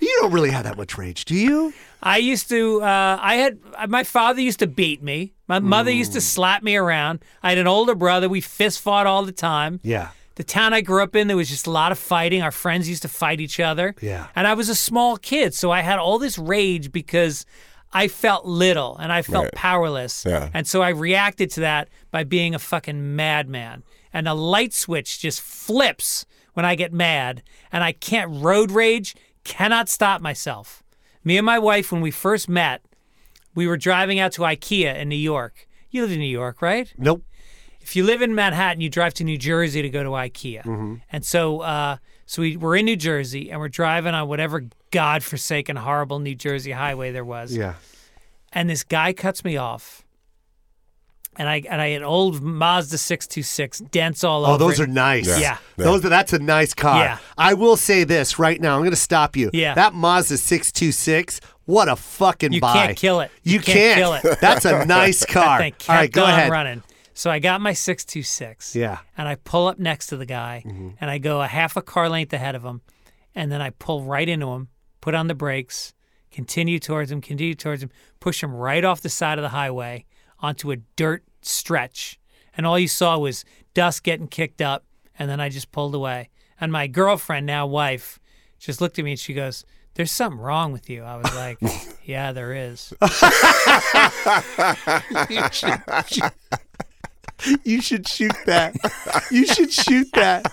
Speaker 4: You don't really have that much rage, do you?
Speaker 6: I used to. Uh, I had my father used to beat me. My mother used to slap me around. I had an older brother. We fist fought all the time.
Speaker 4: Yeah.
Speaker 6: The town I grew up in, there was just a lot of fighting. Our friends used to fight each other.
Speaker 4: Yeah.
Speaker 6: And I was a small kid, so I had all this rage because I felt little and I felt
Speaker 5: Right.
Speaker 6: powerless.
Speaker 5: Yeah.
Speaker 6: And so I reacted to that by being a fucking madman. And the light switch just flips when I get mad, and I can't road rage, cannot stop myself. Me and my wife, when we first met, we were driving out to IKEA in New York. You live in New York, right?
Speaker 4: Nope.
Speaker 6: if you live in Manhattan, you drive to New Jersey to go to IKEA.
Speaker 4: Mm-hmm.
Speaker 6: And so, uh, so we were in New Jersey and we're driving on whatever godforsaken, horrible New Jersey highway there was.
Speaker 4: Yeah.
Speaker 6: And this guy cuts me off. And I and I had old Mazda six two six dents all over.
Speaker 4: Oh, those
Speaker 6: it.
Speaker 4: are nice.
Speaker 6: Yeah. Yeah.
Speaker 4: Those are that's a nice car.
Speaker 6: Yeah.
Speaker 4: I will say this right now. I'm going to stop you.
Speaker 6: Yeah.
Speaker 4: That Mazda 626, what a fucking
Speaker 6: You
Speaker 4: buy.
Speaker 6: can't kill it.
Speaker 4: You,
Speaker 6: You can't kill it.
Speaker 4: That's a nice car.
Speaker 6: That thing kept
Speaker 4: All right, go
Speaker 6: on
Speaker 4: ahead.
Speaker 6: running. So I got my 626.
Speaker 4: Yeah. Mm-hmm.
Speaker 6: And I pull up next to the guy and I go a half a car length ahead of him. And then I pull right into him, put on the brakes, continue towards him, continue towards him, push him right off the side of the highway onto a dirt stretch. And all you saw was dust getting kicked up. And then I just pulled away. And my girlfriend, now wife, just looked at me and she goes, There's something wrong with you. I was like, Yeah, there is.
Speaker 4: Oh, You should shoot that. You should shoot that.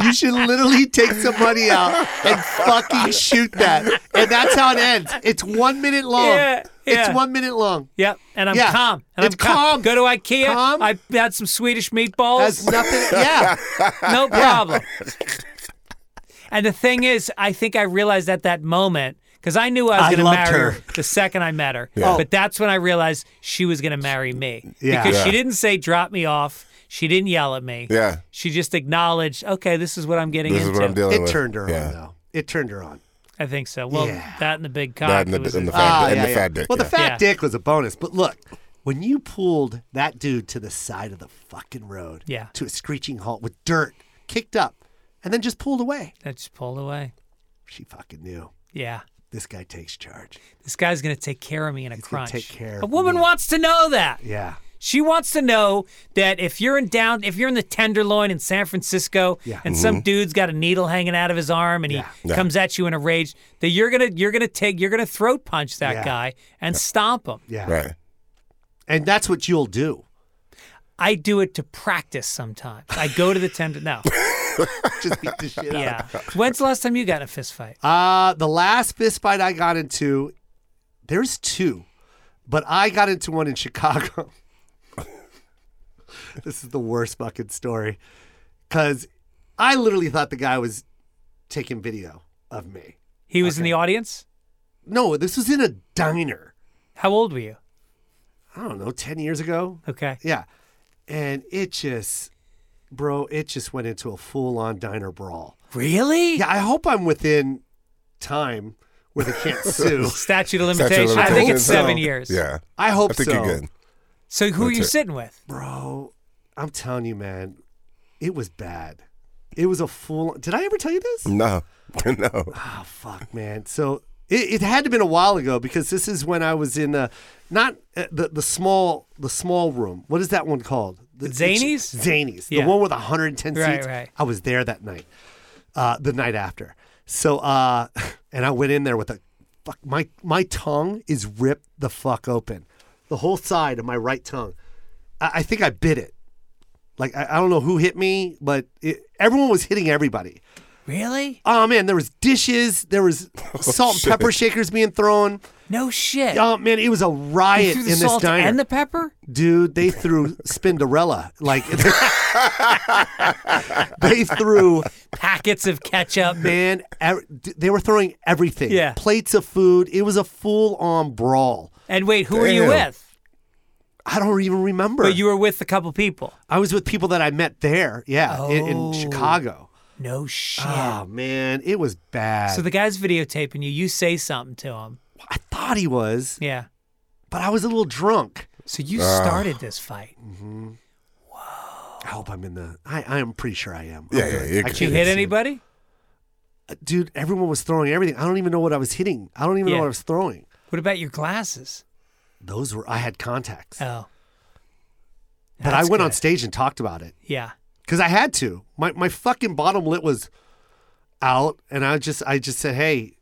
Speaker 4: You should literally take some money out and fucking shoot that. And that's how it ends. It's one minute long.
Speaker 6: Yeah, yeah.
Speaker 4: It's one minute long.
Speaker 6: Yep, and I'm
Speaker 4: Yeah,
Speaker 6: calm. And
Speaker 4: it's
Speaker 6: I'm calm.
Speaker 4: calm.
Speaker 6: Go to IKEA.
Speaker 4: Calm.
Speaker 6: I had some Swedish
Speaker 4: That's
Speaker 6: meatballs.
Speaker 4: nothing. Yeah.
Speaker 6: no problem. and the thing is, I think I realized at that moment because I knew I was
Speaker 4: I
Speaker 6: going to
Speaker 4: loved
Speaker 6: marry
Speaker 4: her.
Speaker 6: her. the second I met her.
Speaker 4: Yeah.
Speaker 6: But that's when I realized she was going to marry me
Speaker 4: Yeah.
Speaker 6: because she
Speaker 5: Yeah.
Speaker 6: didn't say drop me off. She didn't yell at me.
Speaker 5: Yeah.
Speaker 6: She just acknowledged, okay, this is what I'm getting
Speaker 5: This is
Speaker 6: into.
Speaker 5: what I'm dealing
Speaker 4: It
Speaker 5: with.
Speaker 4: turned her
Speaker 5: yeah.
Speaker 4: on, though. It turned her on.
Speaker 6: I think so. Well,
Speaker 4: Yeah.
Speaker 6: that and the big cock.
Speaker 5: That and
Speaker 6: it
Speaker 5: the,
Speaker 6: was
Speaker 5: and the
Speaker 6: a-
Speaker 5: fat, and
Speaker 4: Ah, yeah,
Speaker 5: the
Speaker 4: yeah.
Speaker 5: fat dick.
Speaker 4: Well, the
Speaker 5: yeah.
Speaker 4: fat
Speaker 6: Yeah.
Speaker 4: dick was a bonus, but look, when you pulled that dude to the side of the fucking road,
Speaker 6: Yeah.
Speaker 4: to a screeching halt with dirt kicked up, and then just pulled away,
Speaker 6: I just pulled away.
Speaker 4: she fucking knew
Speaker 6: Yeah.
Speaker 4: this guy takes charge.
Speaker 6: This guy's going to take care of me in a
Speaker 4: gonna
Speaker 6: crunch.
Speaker 4: take care
Speaker 6: a
Speaker 4: of
Speaker 6: woman
Speaker 4: me.
Speaker 6: wants to know that.
Speaker 4: Yeah,
Speaker 6: She wants to know that if you're in down, if you're in the Tenderloin in San Francisco,
Speaker 4: Yeah.
Speaker 6: and some dude's got a needle hanging out of his arm, and he
Speaker 5: Mm-hmm. Yeah.
Speaker 6: comes at you in a rage, that you're gonna you're gonna take you're gonna throat punch that
Speaker 4: Yeah.
Speaker 6: guy and stomp him.
Speaker 4: yeah,
Speaker 5: Right.
Speaker 4: and that's what you'll do.
Speaker 6: I do it to practice sometimes. I go to the tender. No,
Speaker 4: Just beat the shit out.
Speaker 6: yeah. When's the last time you got in a fist fight?
Speaker 4: Uh, the last fist fight I got into, there's two, but I got into one in Chicago. this is the worst fucking story. Because I literally thought the guy was taking video of me.
Speaker 6: He was in the audience.
Speaker 4: No, this was in a diner.
Speaker 6: How old were you?
Speaker 4: I don't know, 10 years ago.
Speaker 6: Okay.
Speaker 4: Yeah. And it just, bro, it just went into a full on diner brawl.
Speaker 6: Really?
Speaker 4: Yeah, I hope I'm within time where they can't sue.
Speaker 6: Statute of
Speaker 5: Statute of
Speaker 6: limitations. I think
Speaker 5: limitations.
Speaker 6: it's seven
Speaker 5: So-
Speaker 6: years.
Speaker 5: Yeah.
Speaker 4: I hope
Speaker 5: I think
Speaker 4: so.
Speaker 5: you're good.
Speaker 6: So who are
Speaker 5: That's
Speaker 6: you
Speaker 5: it.
Speaker 6: sitting with?
Speaker 4: Bro, I'm telling you, man, it was bad. It was a full. Did I ever tell you this?
Speaker 5: No, no.
Speaker 4: Oh, fuck, man. So it, it had to have been a while ago because this is when I was in uh, not uh, the the small the small room. What is that one called? The,
Speaker 6: Zanies?
Speaker 4: it's- Zanies.
Speaker 6: Yeah.
Speaker 4: The one with 110
Speaker 6: Right,
Speaker 4: seats.
Speaker 6: right.
Speaker 4: I was there that night, uh, the night after. So uh, and I went in there with a fuck. My my tongue is ripped the fuck open, the whole side of my right tongue. I, I think I bit it. Like I, I don't know who hit me, but it, everyone was hitting everybody.
Speaker 6: Really?
Speaker 4: Oh man, there was dishes, there was salt and
Speaker 5: shit.
Speaker 4: pepper shakers being thrown.
Speaker 6: No shit.
Speaker 4: Oh man, it was a
Speaker 6: They
Speaker 4: riot
Speaker 6: threw the
Speaker 4: in this
Speaker 6: salt
Speaker 4: diner.
Speaker 6: and the pepper.
Speaker 4: Dude, they threw Spinderella. Like they threw
Speaker 6: Packets of ketchup.
Speaker 4: man, ev- they were throwing everything.
Speaker 6: Yeah.
Speaker 4: plates of food. It was a full-on brawl.
Speaker 6: And wait, who were you
Speaker 5: Damn.
Speaker 6: with?
Speaker 4: I don't even remember.
Speaker 6: But you were with a couple people.
Speaker 4: I was with people that I met there. Yeah, in, in Chicago.
Speaker 6: No Oh. shit.
Speaker 4: Oh man, it was bad.
Speaker 6: Ah, So the guy's videotaping you. You say something to him.
Speaker 4: I thought he was,
Speaker 6: Yeah.
Speaker 4: but I was a little drunk.
Speaker 6: So you
Speaker 4: Ah.
Speaker 6: started this fight.
Speaker 4: I hope I'm in the. I, I am pretty sure I am. I'm
Speaker 5: Yeah, yeah,
Speaker 4: good.
Speaker 5: you're
Speaker 4: I
Speaker 5: good.
Speaker 6: Did you
Speaker 4: can't
Speaker 6: hit
Speaker 4: see.
Speaker 6: anybody?
Speaker 4: Dude, everyone was throwing everything. I don't even know what I was hitting. I don't even
Speaker 6: Yeah.
Speaker 4: know what I was throwing.
Speaker 6: What about your glasses?
Speaker 4: Those were. I had contacts,
Speaker 6: Oh.
Speaker 4: but I
Speaker 6: that's
Speaker 4: went on
Speaker 6: good.
Speaker 4: stage and talked about it
Speaker 6: Yeah.
Speaker 4: because I had to. My my fucking bottom lip was out, and I just I just said, hey.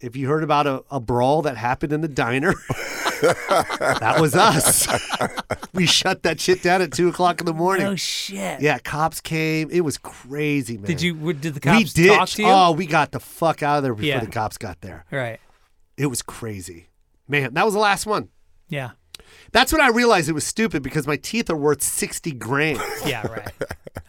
Speaker 4: If you heard about a, a brawl that happened in the diner, that was us. we shut that shit down at two o'clock in the morning.
Speaker 6: No Oh, shit.
Speaker 4: yeah, cops came. It was crazy, man.
Speaker 6: Did you? would- Did the cops
Speaker 4: we ditched.
Speaker 6: talk to you?
Speaker 4: Oh, we got the fuck out of there before
Speaker 6: Yeah.
Speaker 4: the cops got there.
Speaker 6: Right.
Speaker 4: It was crazy. Man, that was the last one.
Speaker 6: Yeah.
Speaker 4: That's when I realized it was stupid because my teeth are worth 60 grand.
Speaker 6: Yeah. Right.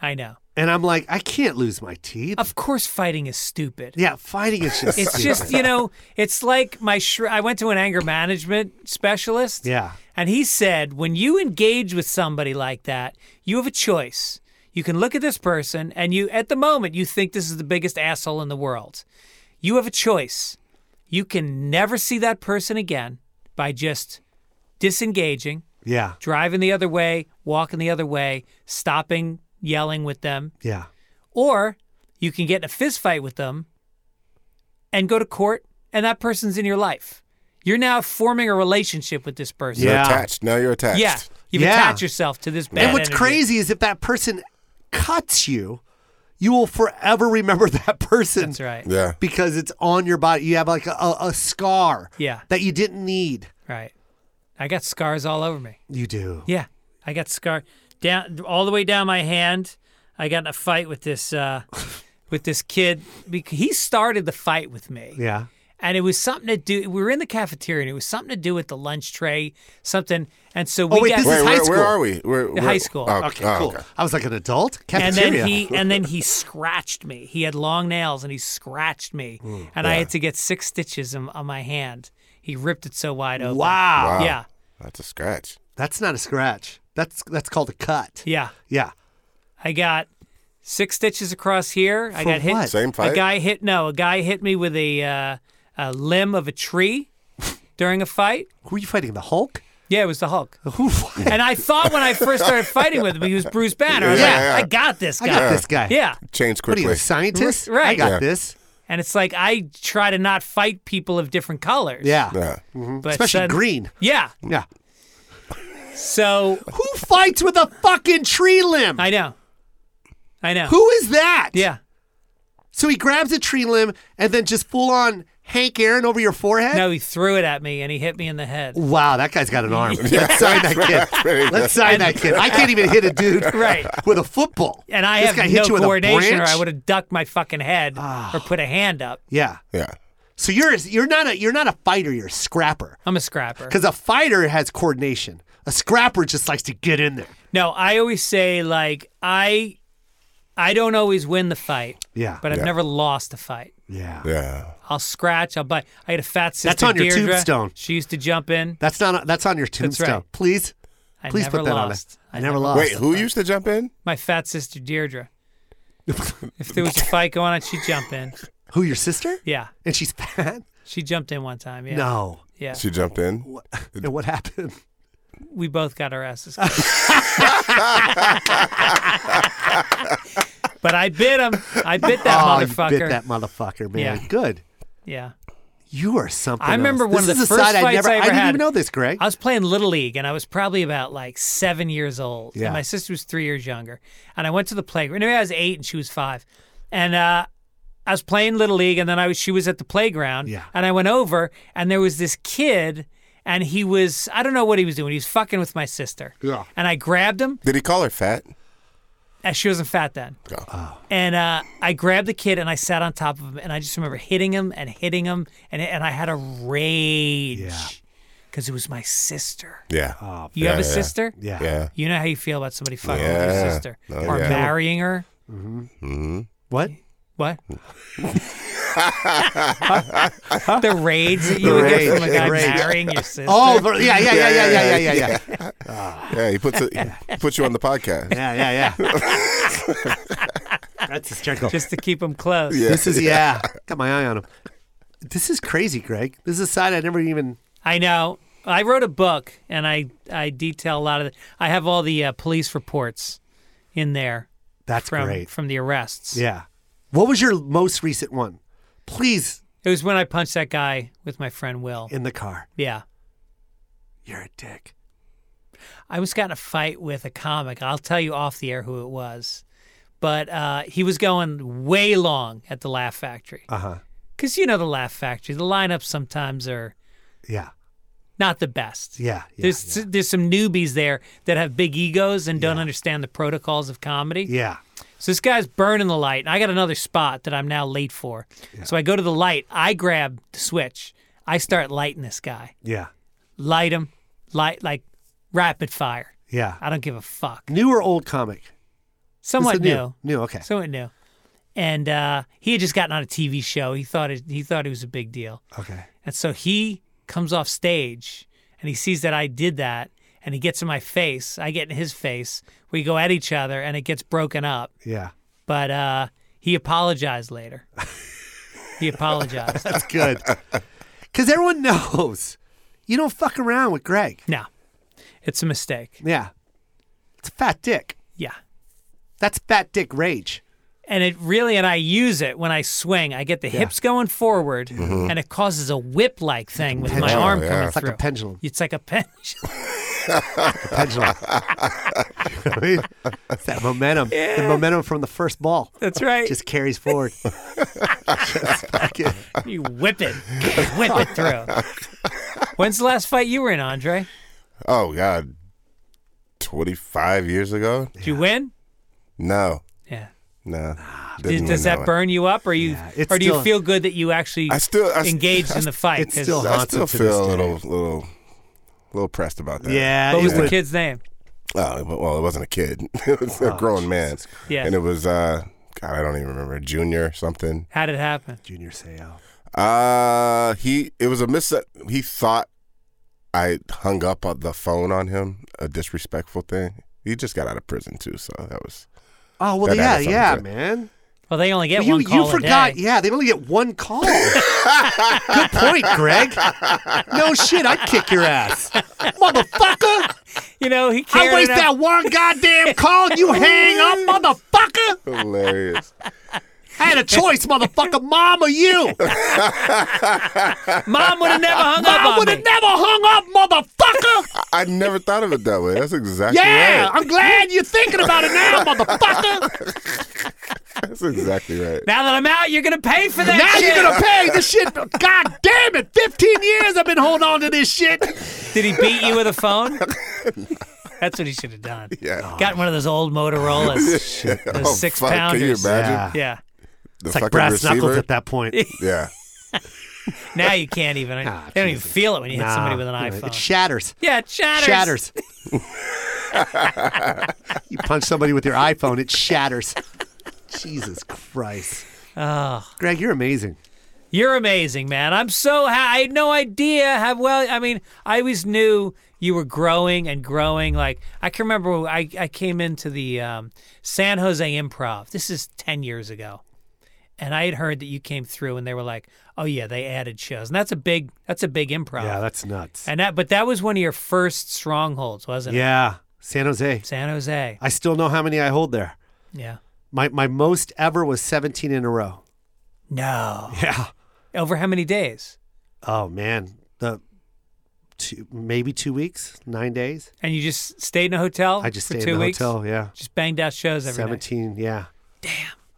Speaker 6: I know.
Speaker 4: and I'm like, I can't lose my teeth.
Speaker 6: Of course, fighting is stupid.
Speaker 4: yeah, fighting is just
Speaker 6: It's
Speaker 4: stupid.
Speaker 6: just you know, it's like my. Shri- I went to an anger management specialist.
Speaker 4: Yeah.
Speaker 6: And he said, when you engage with somebody like that, you have a choice. You can look at this person and you, at the moment, you think this is the biggest asshole in the world. You have a choice. You can never see that person again by just disengaging,
Speaker 4: Yeah,
Speaker 6: driving the other way, walking the other way, stopping yelling with them,
Speaker 4: yeah.
Speaker 6: or you can get in a fist fight with them and go to court, and that person's in your life. You're now forming a relationship with this person.
Speaker 5: You're
Speaker 4: Yeah.
Speaker 5: attached. Now you're attached.
Speaker 6: Yeah, you've
Speaker 4: Yeah.
Speaker 6: attached yourself to this bad
Speaker 4: and what's
Speaker 6: energy.
Speaker 4: crazy is if that person cuts you, you will forever remember that person.
Speaker 6: That's right.
Speaker 5: Yeah.
Speaker 4: Because it's on your body. You have like a, a, a scar
Speaker 6: Yeah.
Speaker 4: that you didn't need.
Speaker 6: Right. I got scars all over me.
Speaker 4: You do.
Speaker 6: Yeah, I got scar down all the way down my hand. I got in a fight with this uh, with this kid. bec- He started the fight with me.
Speaker 4: Yeah.
Speaker 6: And it was something to do. We were in the cafeteria, and it was something to do with the lunch tray, something. And so we
Speaker 4: Oh, wait,
Speaker 6: got
Speaker 4: this is
Speaker 5: Wait,
Speaker 4: high
Speaker 5: where,
Speaker 4: school.
Speaker 5: where are we? We're, we're-
Speaker 6: high school.
Speaker 5: oh,
Speaker 4: Okay,
Speaker 5: oh,
Speaker 4: cool.
Speaker 5: okay.
Speaker 4: I was like an adult.
Speaker 6: and
Speaker 4: Cafeteria.
Speaker 6: then he and then he scratched me. He had long nails and he scratched me,
Speaker 5: Mm,
Speaker 6: and I had to get six stitches on, on my hand. He ripped it so wide open.
Speaker 4: Wow.
Speaker 5: Wow.
Speaker 6: Yeah.
Speaker 5: That's a scratch.
Speaker 4: That's not a scratch. That's that's called a cut.
Speaker 6: Yeah.
Speaker 4: Yeah.
Speaker 6: I got six stitches across here. I
Speaker 4: For
Speaker 6: got hit.
Speaker 4: what?
Speaker 5: Same fight?
Speaker 6: A guy hit. No, a guy hit me with a, uh, a limb of a tree during a fight.
Speaker 4: Who are you fighting? The Hulk?
Speaker 6: Yeah, it was the Hulk.
Speaker 4: Who? I
Speaker 6: And I thought when I first started fighting with him, he was Bruce Banner. I was
Speaker 5: Yeah,
Speaker 6: like,
Speaker 5: yeah, yeah.
Speaker 6: I got this guy.
Speaker 4: got this guy.
Speaker 6: Yeah.
Speaker 5: Change
Speaker 4: What are
Speaker 5: quickly.
Speaker 4: you, a scientist?
Speaker 6: Right.
Speaker 4: I got
Speaker 5: Yeah.
Speaker 4: this.
Speaker 6: And it's like I try to not fight people of different colors.
Speaker 4: Yeah.
Speaker 5: yeah.
Speaker 6: But
Speaker 4: Especially
Speaker 6: sud-
Speaker 4: green.
Speaker 6: Yeah.
Speaker 4: Yeah.
Speaker 6: So
Speaker 4: Who fights with a fucking tree limb?
Speaker 6: I know. I know.
Speaker 4: Who is that?
Speaker 6: Yeah.
Speaker 4: So he grabs a tree limb and then just full on Hank Aaron over your forehead?
Speaker 6: No, he threw it at me and he hit me in the head.
Speaker 4: Wow, that guy's got an arm. Let's sign that kid. Let's sign that kid. I can't even hit a dude
Speaker 6: Right.
Speaker 4: with a football.
Speaker 6: and I
Speaker 4: this
Speaker 6: have
Speaker 4: guy
Speaker 6: no
Speaker 4: hit you with a
Speaker 6: coordination, or
Speaker 4: branch? Ah.
Speaker 6: I would have ducked my fucking head or put a hand up.
Speaker 4: Yeah.
Speaker 5: Yeah.
Speaker 4: So you're you're not a you're not a fighter. You're a scrapper.
Speaker 6: I'm a scrapper.
Speaker 4: Because a fighter has coordination. A scrapper just likes to get in there.
Speaker 6: No, I always say like I, I don't always win the fight,
Speaker 4: Yeah.
Speaker 6: but I've
Speaker 5: Yeah.
Speaker 6: never lost a fight.
Speaker 4: yeah.
Speaker 5: Yeah.
Speaker 6: I'll scratch. I'll bite. I had a fat sister.
Speaker 4: on your
Speaker 6: Deirdre.
Speaker 4: tombstone.
Speaker 6: She used to jump in.
Speaker 4: That's not that's on your tombstone.
Speaker 6: right.
Speaker 4: Please.
Speaker 6: I
Speaker 4: Please
Speaker 6: never
Speaker 4: put that
Speaker 6: lost.
Speaker 4: on it. I, never, lost.
Speaker 5: Wait, who used to jump in?
Speaker 6: My fat sister Deirdre. if there was a fight going on, she'd jump in.
Speaker 4: Who your sister?
Speaker 6: Yeah,
Speaker 4: And she's fat?
Speaker 6: she jumped in one time. Yeah,
Speaker 4: No.
Speaker 6: yeah.
Speaker 5: She jumped in.
Speaker 4: And what happened?
Speaker 6: we both got our asses. kicked. but I bit him. I bit that
Speaker 4: oh,
Speaker 6: motherfucker.
Speaker 4: You bit that motherfucker, man.
Speaker 6: Yeah.
Speaker 4: Good.
Speaker 6: Yeah.
Speaker 4: You are something.
Speaker 6: I remember
Speaker 4: else.
Speaker 6: one
Speaker 4: This
Speaker 6: of the
Speaker 4: is a
Speaker 6: first
Speaker 4: side I
Speaker 6: fights
Speaker 4: never.
Speaker 6: I ever
Speaker 4: didn't
Speaker 6: had.
Speaker 4: even know this, Greg.
Speaker 6: I was playing Little League and I was probably about like seven years old.
Speaker 4: Yeah.
Speaker 6: And my sister was three years younger. And I went to the playground. Maybe I was eight and she was five. And uh, I was playing Little League and then I was, she was at the playground.
Speaker 4: Yeah.
Speaker 6: And I went over and there was this kid and he was, I don't know what he was doing. He was fucking with my sister.
Speaker 4: Yeah.
Speaker 6: And I grabbed him.
Speaker 5: Did he call her fat?
Speaker 6: And she wasn't fat then.
Speaker 5: Oh.
Speaker 6: And uh, I grabbed the kid and I sat on top of him and I just remember hitting him and hitting him and and I had a rage
Speaker 4: Yeah.
Speaker 6: because it was my sister.
Speaker 5: Yeah.
Speaker 6: You
Speaker 5: yeah,
Speaker 6: have a
Speaker 5: yeah.
Speaker 6: sister?
Speaker 4: uh, yeah.
Speaker 5: Yeah.
Speaker 6: You know how you feel about somebody fucking with
Speaker 5: Yeah.
Speaker 6: your sister
Speaker 5: Oh,
Speaker 6: or
Speaker 5: yeah.
Speaker 6: marrying her?
Speaker 4: What?
Speaker 6: What? the raids that you would get from a
Speaker 4: rage, the
Speaker 6: guy
Speaker 4: rage.
Speaker 6: marrying your sister.
Speaker 4: Oh, the- yeah, yeah, yeah, yeah, yeah, yeah, yeah, yeah,
Speaker 5: Yeah, he puts it, he puts you on the podcast.
Speaker 4: yeah, yeah, yeah. That's hysterical.
Speaker 6: Just to keep them close.
Speaker 4: this is yeah. Got my eye on him. This is crazy, Greg. This is a side I never even.
Speaker 6: I know. I wrote a book and I, I detail a lot of the, I have all the uh, police reports in there
Speaker 4: That's
Speaker 6: from
Speaker 4: great.
Speaker 6: from the arrests.
Speaker 4: Yeah. What was your most recent one? Please,
Speaker 6: It was when I punched that guy with my friend Will.
Speaker 4: in the car.
Speaker 6: Yeah.
Speaker 4: You're a dick.
Speaker 6: I was got in a fight with a comic. I'll tell you off the air who it was. But uh, he was going way long at the Laugh Factory.
Speaker 4: Uh huh.
Speaker 6: Because you know the Laugh Factory. The lineups sometimes are
Speaker 4: Yeah.
Speaker 6: not the best.
Speaker 4: Yeah. Yeah.
Speaker 6: there's
Speaker 4: yeah.
Speaker 6: there's some newbies there that have big egos and don't understand the protocols of comedy.
Speaker 4: yeah.
Speaker 6: So this guy's burning the light, and I got another spot that I'm now late for. So I go to the light. I grab the switch. I start lighting this guy.
Speaker 4: Yeah.
Speaker 6: Light him. Light like rapid fire.
Speaker 4: Yeah.
Speaker 6: I don't give a fuck.
Speaker 4: New or old comic? This is
Speaker 6: Somewhat
Speaker 4: new.
Speaker 6: new.
Speaker 4: New. Okay.
Speaker 6: Somewhat new. And uh, he had just gotten on a TV show. He thought it, he thought it was a big deal.
Speaker 4: okay.
Speaker 6: And so he comes off stage and he sees that I did that and he gets in my face. I get in his face. We go at each other and it gets broken up.
Speaker 4: Yeah.
Speaker 6: But uh, he apologized later. he apologized.
Speaker 4: That's good. Because everyone knows you don't fuck around with Greg.
Speaker 6: no, it's a mistake.
Speaker 4: Yeah. It's a fat dick.
Speaker 6: Yeah.
Speaker 4: That's fat dick rage.
Speaker 6: And it really, and I use it when I swing. I get the hips going forward, and it causes a whip-like thing with my
Speaker 4: Pendulum.
Speaker 6: arm
Speaker 5: Oh, Mm-hmm. yeah.
Speaker 6: coming
Speaker 4: It's like
Speaker 6: through.
Speaker 4: a pendulum.
Speaker 6: It's like a pen.
Speaker 4: The pendulum. You know what I mean? It's that momentum. The momentum from the first ball.
Speaker 6: That's right.
Speaker 4: Just carries forward. Just fucking-
Speaker 6: you whip it, whip it through. When's the last fight you were in, Andre?
Speaker 5: Oh God, twenty five years ago?
Speaker 6: Did you win?
Speaker 5: No,
Speaker 6: Yeah.
Speaker 5: no.
Speaker 6: Did-
Speaker 5: Didn't
Speaker 6: does
Speaker 5: win
Speaker 6: that
Speaker 5: one.
Speaker 6: burn you up, or you,
Speaker 4: Yeah, it's
Speaker 6: or do
Speaker 4: still-
Speaker 6: you feel good that you actually
Speaker 5: I still- I st-
Speaker 6: engaged in the fight?
Speaker 4: It's
Speaker 6: 'Cause-
Speaker 4: still
Speaker 5: I
Speaker 4: haunted
Speaker 5: still
Speaker 4: to this
Speaker 5: feel
Speaker 4: day.
Speaker 5: a little, little, little pressed about that.
Speaker 4: Yeah.
Speaker 6: what
Speaker 4: it
Speaker 6: was the
Speaker 4: would-
Speaker 6: kid's name?
Speaker 5: Oh, well, it wasn't a kid. it was
Speaker 4: Oh,
Speaker 5: a grown man.
Speaker 6: Yeah.
Speaker 5: And it was, uh, God, I don't even remember, junior or something.
Speaker 6: How did it happen?
Speaker 4: Junior Seau.
Speaker 5: Uh, he, it was a mis. He thought I hung up on the phone on him, a disrespectful thing. He just got out of prison too, so that was.
Speaker 4: Oh well,
Speaker 5: That
Speaker 4: yeah,
Speaker 5: added something
Speaker 4: yeah,
Speaker 5: to it.
Speaker 4: man.
Speaker 6: Well, they only get
Speaker 4: you
Speaker 6: one call
Speaker 4: you forgot?
Speaker 6: a day.
Speaker 4: Yeah, they only get one call. Good point, Greg. No shit, I'd kick your ass, motherfucker.
Speaker 6: You know, he
Speaker 4: I
Speaker 6: cared
Speaker 4: waste
Speaker 6: enough.
Speaker 4: that one goddamn call, and you hang up, motherfucker.
Speaker 5: Hilarious.
Speaker 4: I had a choice, motherfucker, mom or you.
Speaker 6: Mom would have never hung up
Speaker 4: I
Speaker 6: on
Speaker 4: would
Speaker 6: me.
Speaker 4: have never hung up, motherfucker.
Speaker 5: I never thought of it that way. That's exactly
Speaker 4: Yeah,
Speaker 5: right.
Speaker 4: I'm glad you're thinking about it now, motherfucker.
Speaker 5: That's exactly right.
Speaker 6: Now that I'm out, you're gonna pay for that.
Speaker 4: Now
Speaker 6: shit.
Speaker 4: you're gonna pay this shit. God damn it! 15 years I've been holding on to this shit.
Speaker 6: Did he beat you with a phone? That's what he should have done.
Speaker 5: Yeah.
Speaker 6: Got one of those old Motorola's, those
Speaker 5: Oh,
Speaker 6: six
Speaker 5: fuck, Can you
Speaker 6: pounders.
Speaker 5: imagine?
Speaker 4: Yeah.
Speaker 6: Yeah.
Speaker 5: The
Speaker 4: It's like
Speaker 5: fucking
Speaker 4: brass
Speaker 5: receiver.
Speaker 4: knuckles at that point.
Speaker 5: Yeah.
Speaker 6: Now you can't even.
Speaker 4: Ah,
Speaker 6: they don't even feel it when you hit somebody
Speaker 4: Nah,
Speaker 6: with an iPhone.
Speaker 4: It shatters.
Speaker 6: yeah, it shatters.
Speaker 4: Shatters. you punch somebody with your iPhone, it shatters. Jesus Christ. Greg, you're amazing.
Speaker 6: You're amazing, man. I'm so ha- I had no idea how well. I mean, I always knew you were growing and growing. Like I can remember when I I came into the um, San Jose Improv. This is ten years ago, and I had heard that you came through, and they were like, "Oh yeah, they added shows," and that's a big that's a big improv.
Speaker 4: Yeah, that's nuts.
Speaker 6: and that but that was one of your first strongholds, wasn't it?
Speaker 4: Yeah, San Jose.
Speaker 6: San Jose.
Speaker 4: I still know how many I hold there.
Speaker 6: Yeah.
Speaker 4: My my most ever was 17 in a row.
Speaker 6: No.
Speaker 4: Yeah.
Speaker 6: Over how many days?
Speaker 4: Oh man, the two maybe two weeks, nine days.
Speaker 6: And you just stayed in a hotel?
Speaker 4: I just
Speaker 6: Oh, for
Speaker 4: stayed
Speaker 6: two
Speaker 4: in the
Speaker 6: weeks?
Speaker 4: hotel. Yeah,
Speaker 6: Just banged out shows every night.
Speaker 4: 17. Yeah. Damn,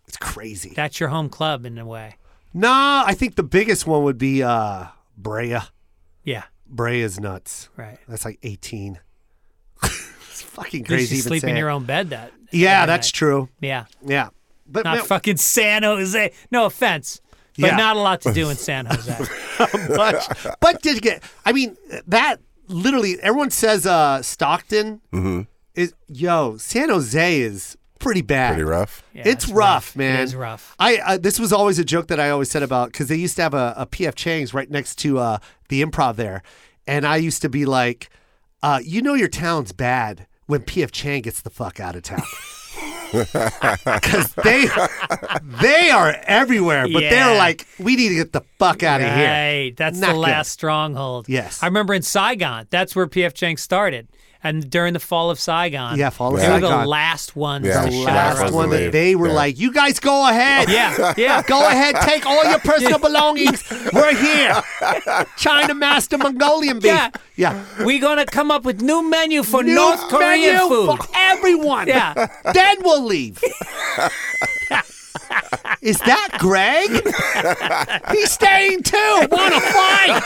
Speaker 4: it's crazy.
Speaker 6: That's your home club in a way.
Speaker 4: Nah, I think the biggest one would be uh Brea.
Speaker 6: Yeah.
Speaker 4: Brea's nuts.
Speaker 6: Right.
Speaker 4: That's like 18. it's fucking
Speaker 6: At least
Speaker 4: crazy.
Speaker 6: You
Speaker 4: even
Speaker 6: sleep in
Speaker 4: saying.
Speaker 6: your own bed that.
Speaker 4: Yeah,
Speaker 6: that
Speaker 4: that's
Speaker 6: night.
Speaker 4: true.
Speaker 6: Yeah.
Speaker 4: Yeah, but
Speaker 6: Not
Speaker 4: man,
Speaker 6: fucking San Jose. No offense, but
Speaker 4: Yeah.
Speaker 6: not a lot to do in San Jose.
Speaker 4: much. but did you get? I mean, that literally everyone says uh, Stockton is yo. San Jose is pretty bad.
Speaker 5: Pretty rough.
Speaker 6: Yeah,
Speaker 4: it's
Speaker 6: it's
Speaker 4: rough,
Speaker 6: rough. It
Speaker 4: man.
Speaker 6: is rough.
Speaker 4: I uh, this was always a joke that I always said about because they used to have a, a PF Chang's right next to uh, the Improv there, and I used to be like, uh, you know, your town's bad when PF Chang gets the fuck out of town. Because they they are everywhere, but
Speaker 6: Yeah.
Speaker 4: they're like, we need to get the fuck out of here.
Speaker 6: Right. That's
Speaker 4: Not
Speaker 6: the
Speaker 4: good.
Speaker 6: last stronghold.
Speaker 4: Yes.
Speaker 6: I remember in Saigon, that's where PF Chang started. And during the fall of Saigon,
Speaker 4: Yeah, fall of
Speaker 6: they were the
Speaker 4: Saigon.
Speaker 6: last ones
Speaker 5: Yeah,
Speaker 6: to
Speaker 5: the
Speaker 6: shut
Speaker 5: last
Speaker 6: up.
Speaker 4: Last
Speaker 5: was
Speaker 4: one
Speaker 5: the
Speaker 4: that
Speaker 5: lead.
Speaker 4: they were
Speaker 5: Yeah.
Speaker 4: like, you guys go ahead.
Speaker 6: Yeah, yeah.
Speaker 4: Go ahead, take all your personal belongings. We're here. China Master Mongolian beef.
Speaker 6: Yeah.
Speaker 4: yeah.
Speaker 6: We're going to come up with new menu for
Speaker 4: New
Speaker 6: North Korean
Speaker 4: menu
Speaker 6: food.
Speaker 4: for everyone.
Speaker 6: Yeah.
Speaker 4: Then we'll leave. Is that Greg? He's staying too. Wanna fight?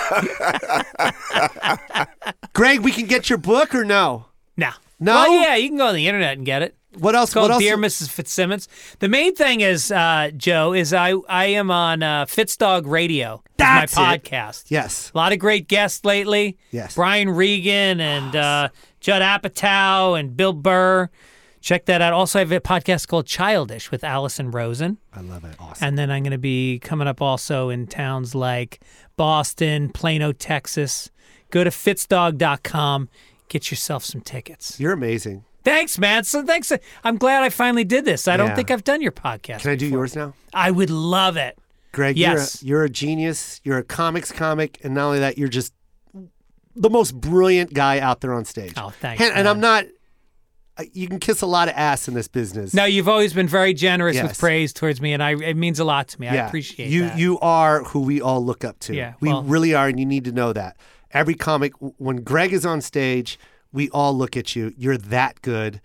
Speaker 4: Greg, we can get your book or no?
Speaker 6: No.
Speaker 4: No?
Speaker 6: Well, yeah, you can go on the internet and get it.
Speaker 4: What else?
Speaker 6: It's called
Speaker 4: what else?
Speaker 6: Dear Mrs. Fitzsimmons. The main thing is, uh, Joe, is I I am on uh, FitzDog Radio. It's
Speaker 4: That's it.
Speaker 6: my podcast.
Speaker 4: yes.
Speaker 6: A lot of great guests lately.
Speaker 4: Yes.
Speaker 6: Brian Regan and uh, Judd Apatow and Bill Burr. Check that out. Also, I have a podcast called Childish with Allison Rosen.
Speaker 4: I love it. Awesome.
Speaker 6: And then I'm going to be coming up also in towns like Boston, Plano, Texas. Go to fitzdog.com. Get yourself some tickets.
Speaker 4: You're amazing.
Speaker 6: Thanks, man. So thanks. I'm glad I finally did this. I don't
Speaker 4: Yeah.
Speaker 6: think I've done your podcast.
Speaker 4: Can I do yours now?
Speaker 6: I would love it.
Speaker 4: Greg,
Speaker 6: Yes.
Speaker 4: you're, a, you're a genius. You're a comics comic. And not only that, you're just the most brilliant guy out there on stage.
Speaker 6: Oh, thanks,
Speaker 4: And, and
Speaker 6: man.
Speaker 4: I'm not, I- you can kiss a lot of ass in this business.
Speaker 6: No, you've always been very generous with
Speaker 4: Yes.
Speaker 6: praise towards me, and I it means a lot to me. I appreciate
Speaker 4: you.
Speaker 6: that.
Speaker 4: You are who we all look up to.
Speaker 6: Yeah,
Speaker 4: we
Speaker 6: well-
Speaker 4: really are, and you need to know that. Every comic, w- when Greg is on stage, we all look at you. You're that good.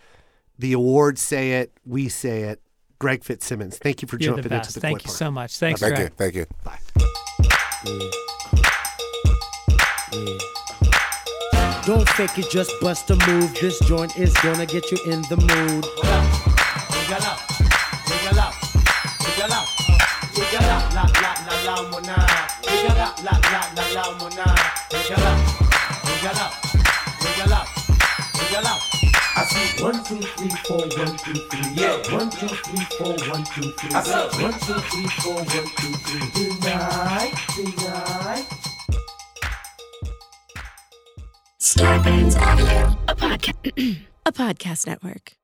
Speaker 4: The awards say it. We say it. Greg Fitzsimmons, thank you for
Speaker 6: You're the
Speaker 4: jumping
Speaker 6: best.
Speaker 4: into the
Speaker 6: Thank
Speaker 4: koi
Speaker 6: you
Speaker 4: park.
Speaker 6: so much. Thanks,
Speaker 5: Thank
Speaker 6: Greg.
Speaker 5: you. Thank you.
Speaker 8: Don't fake it, just bust a move. This joint is gonna get you in the mood.
Speaker 9: I see one, two, three, four, one, two, three. Yeah. One, two, three, four, one, two, three. I see one, two, three, four, one, two, three. Deny, deny.
Speaker 1: Scorpions Avenue.
Speaker 10: a podcast network.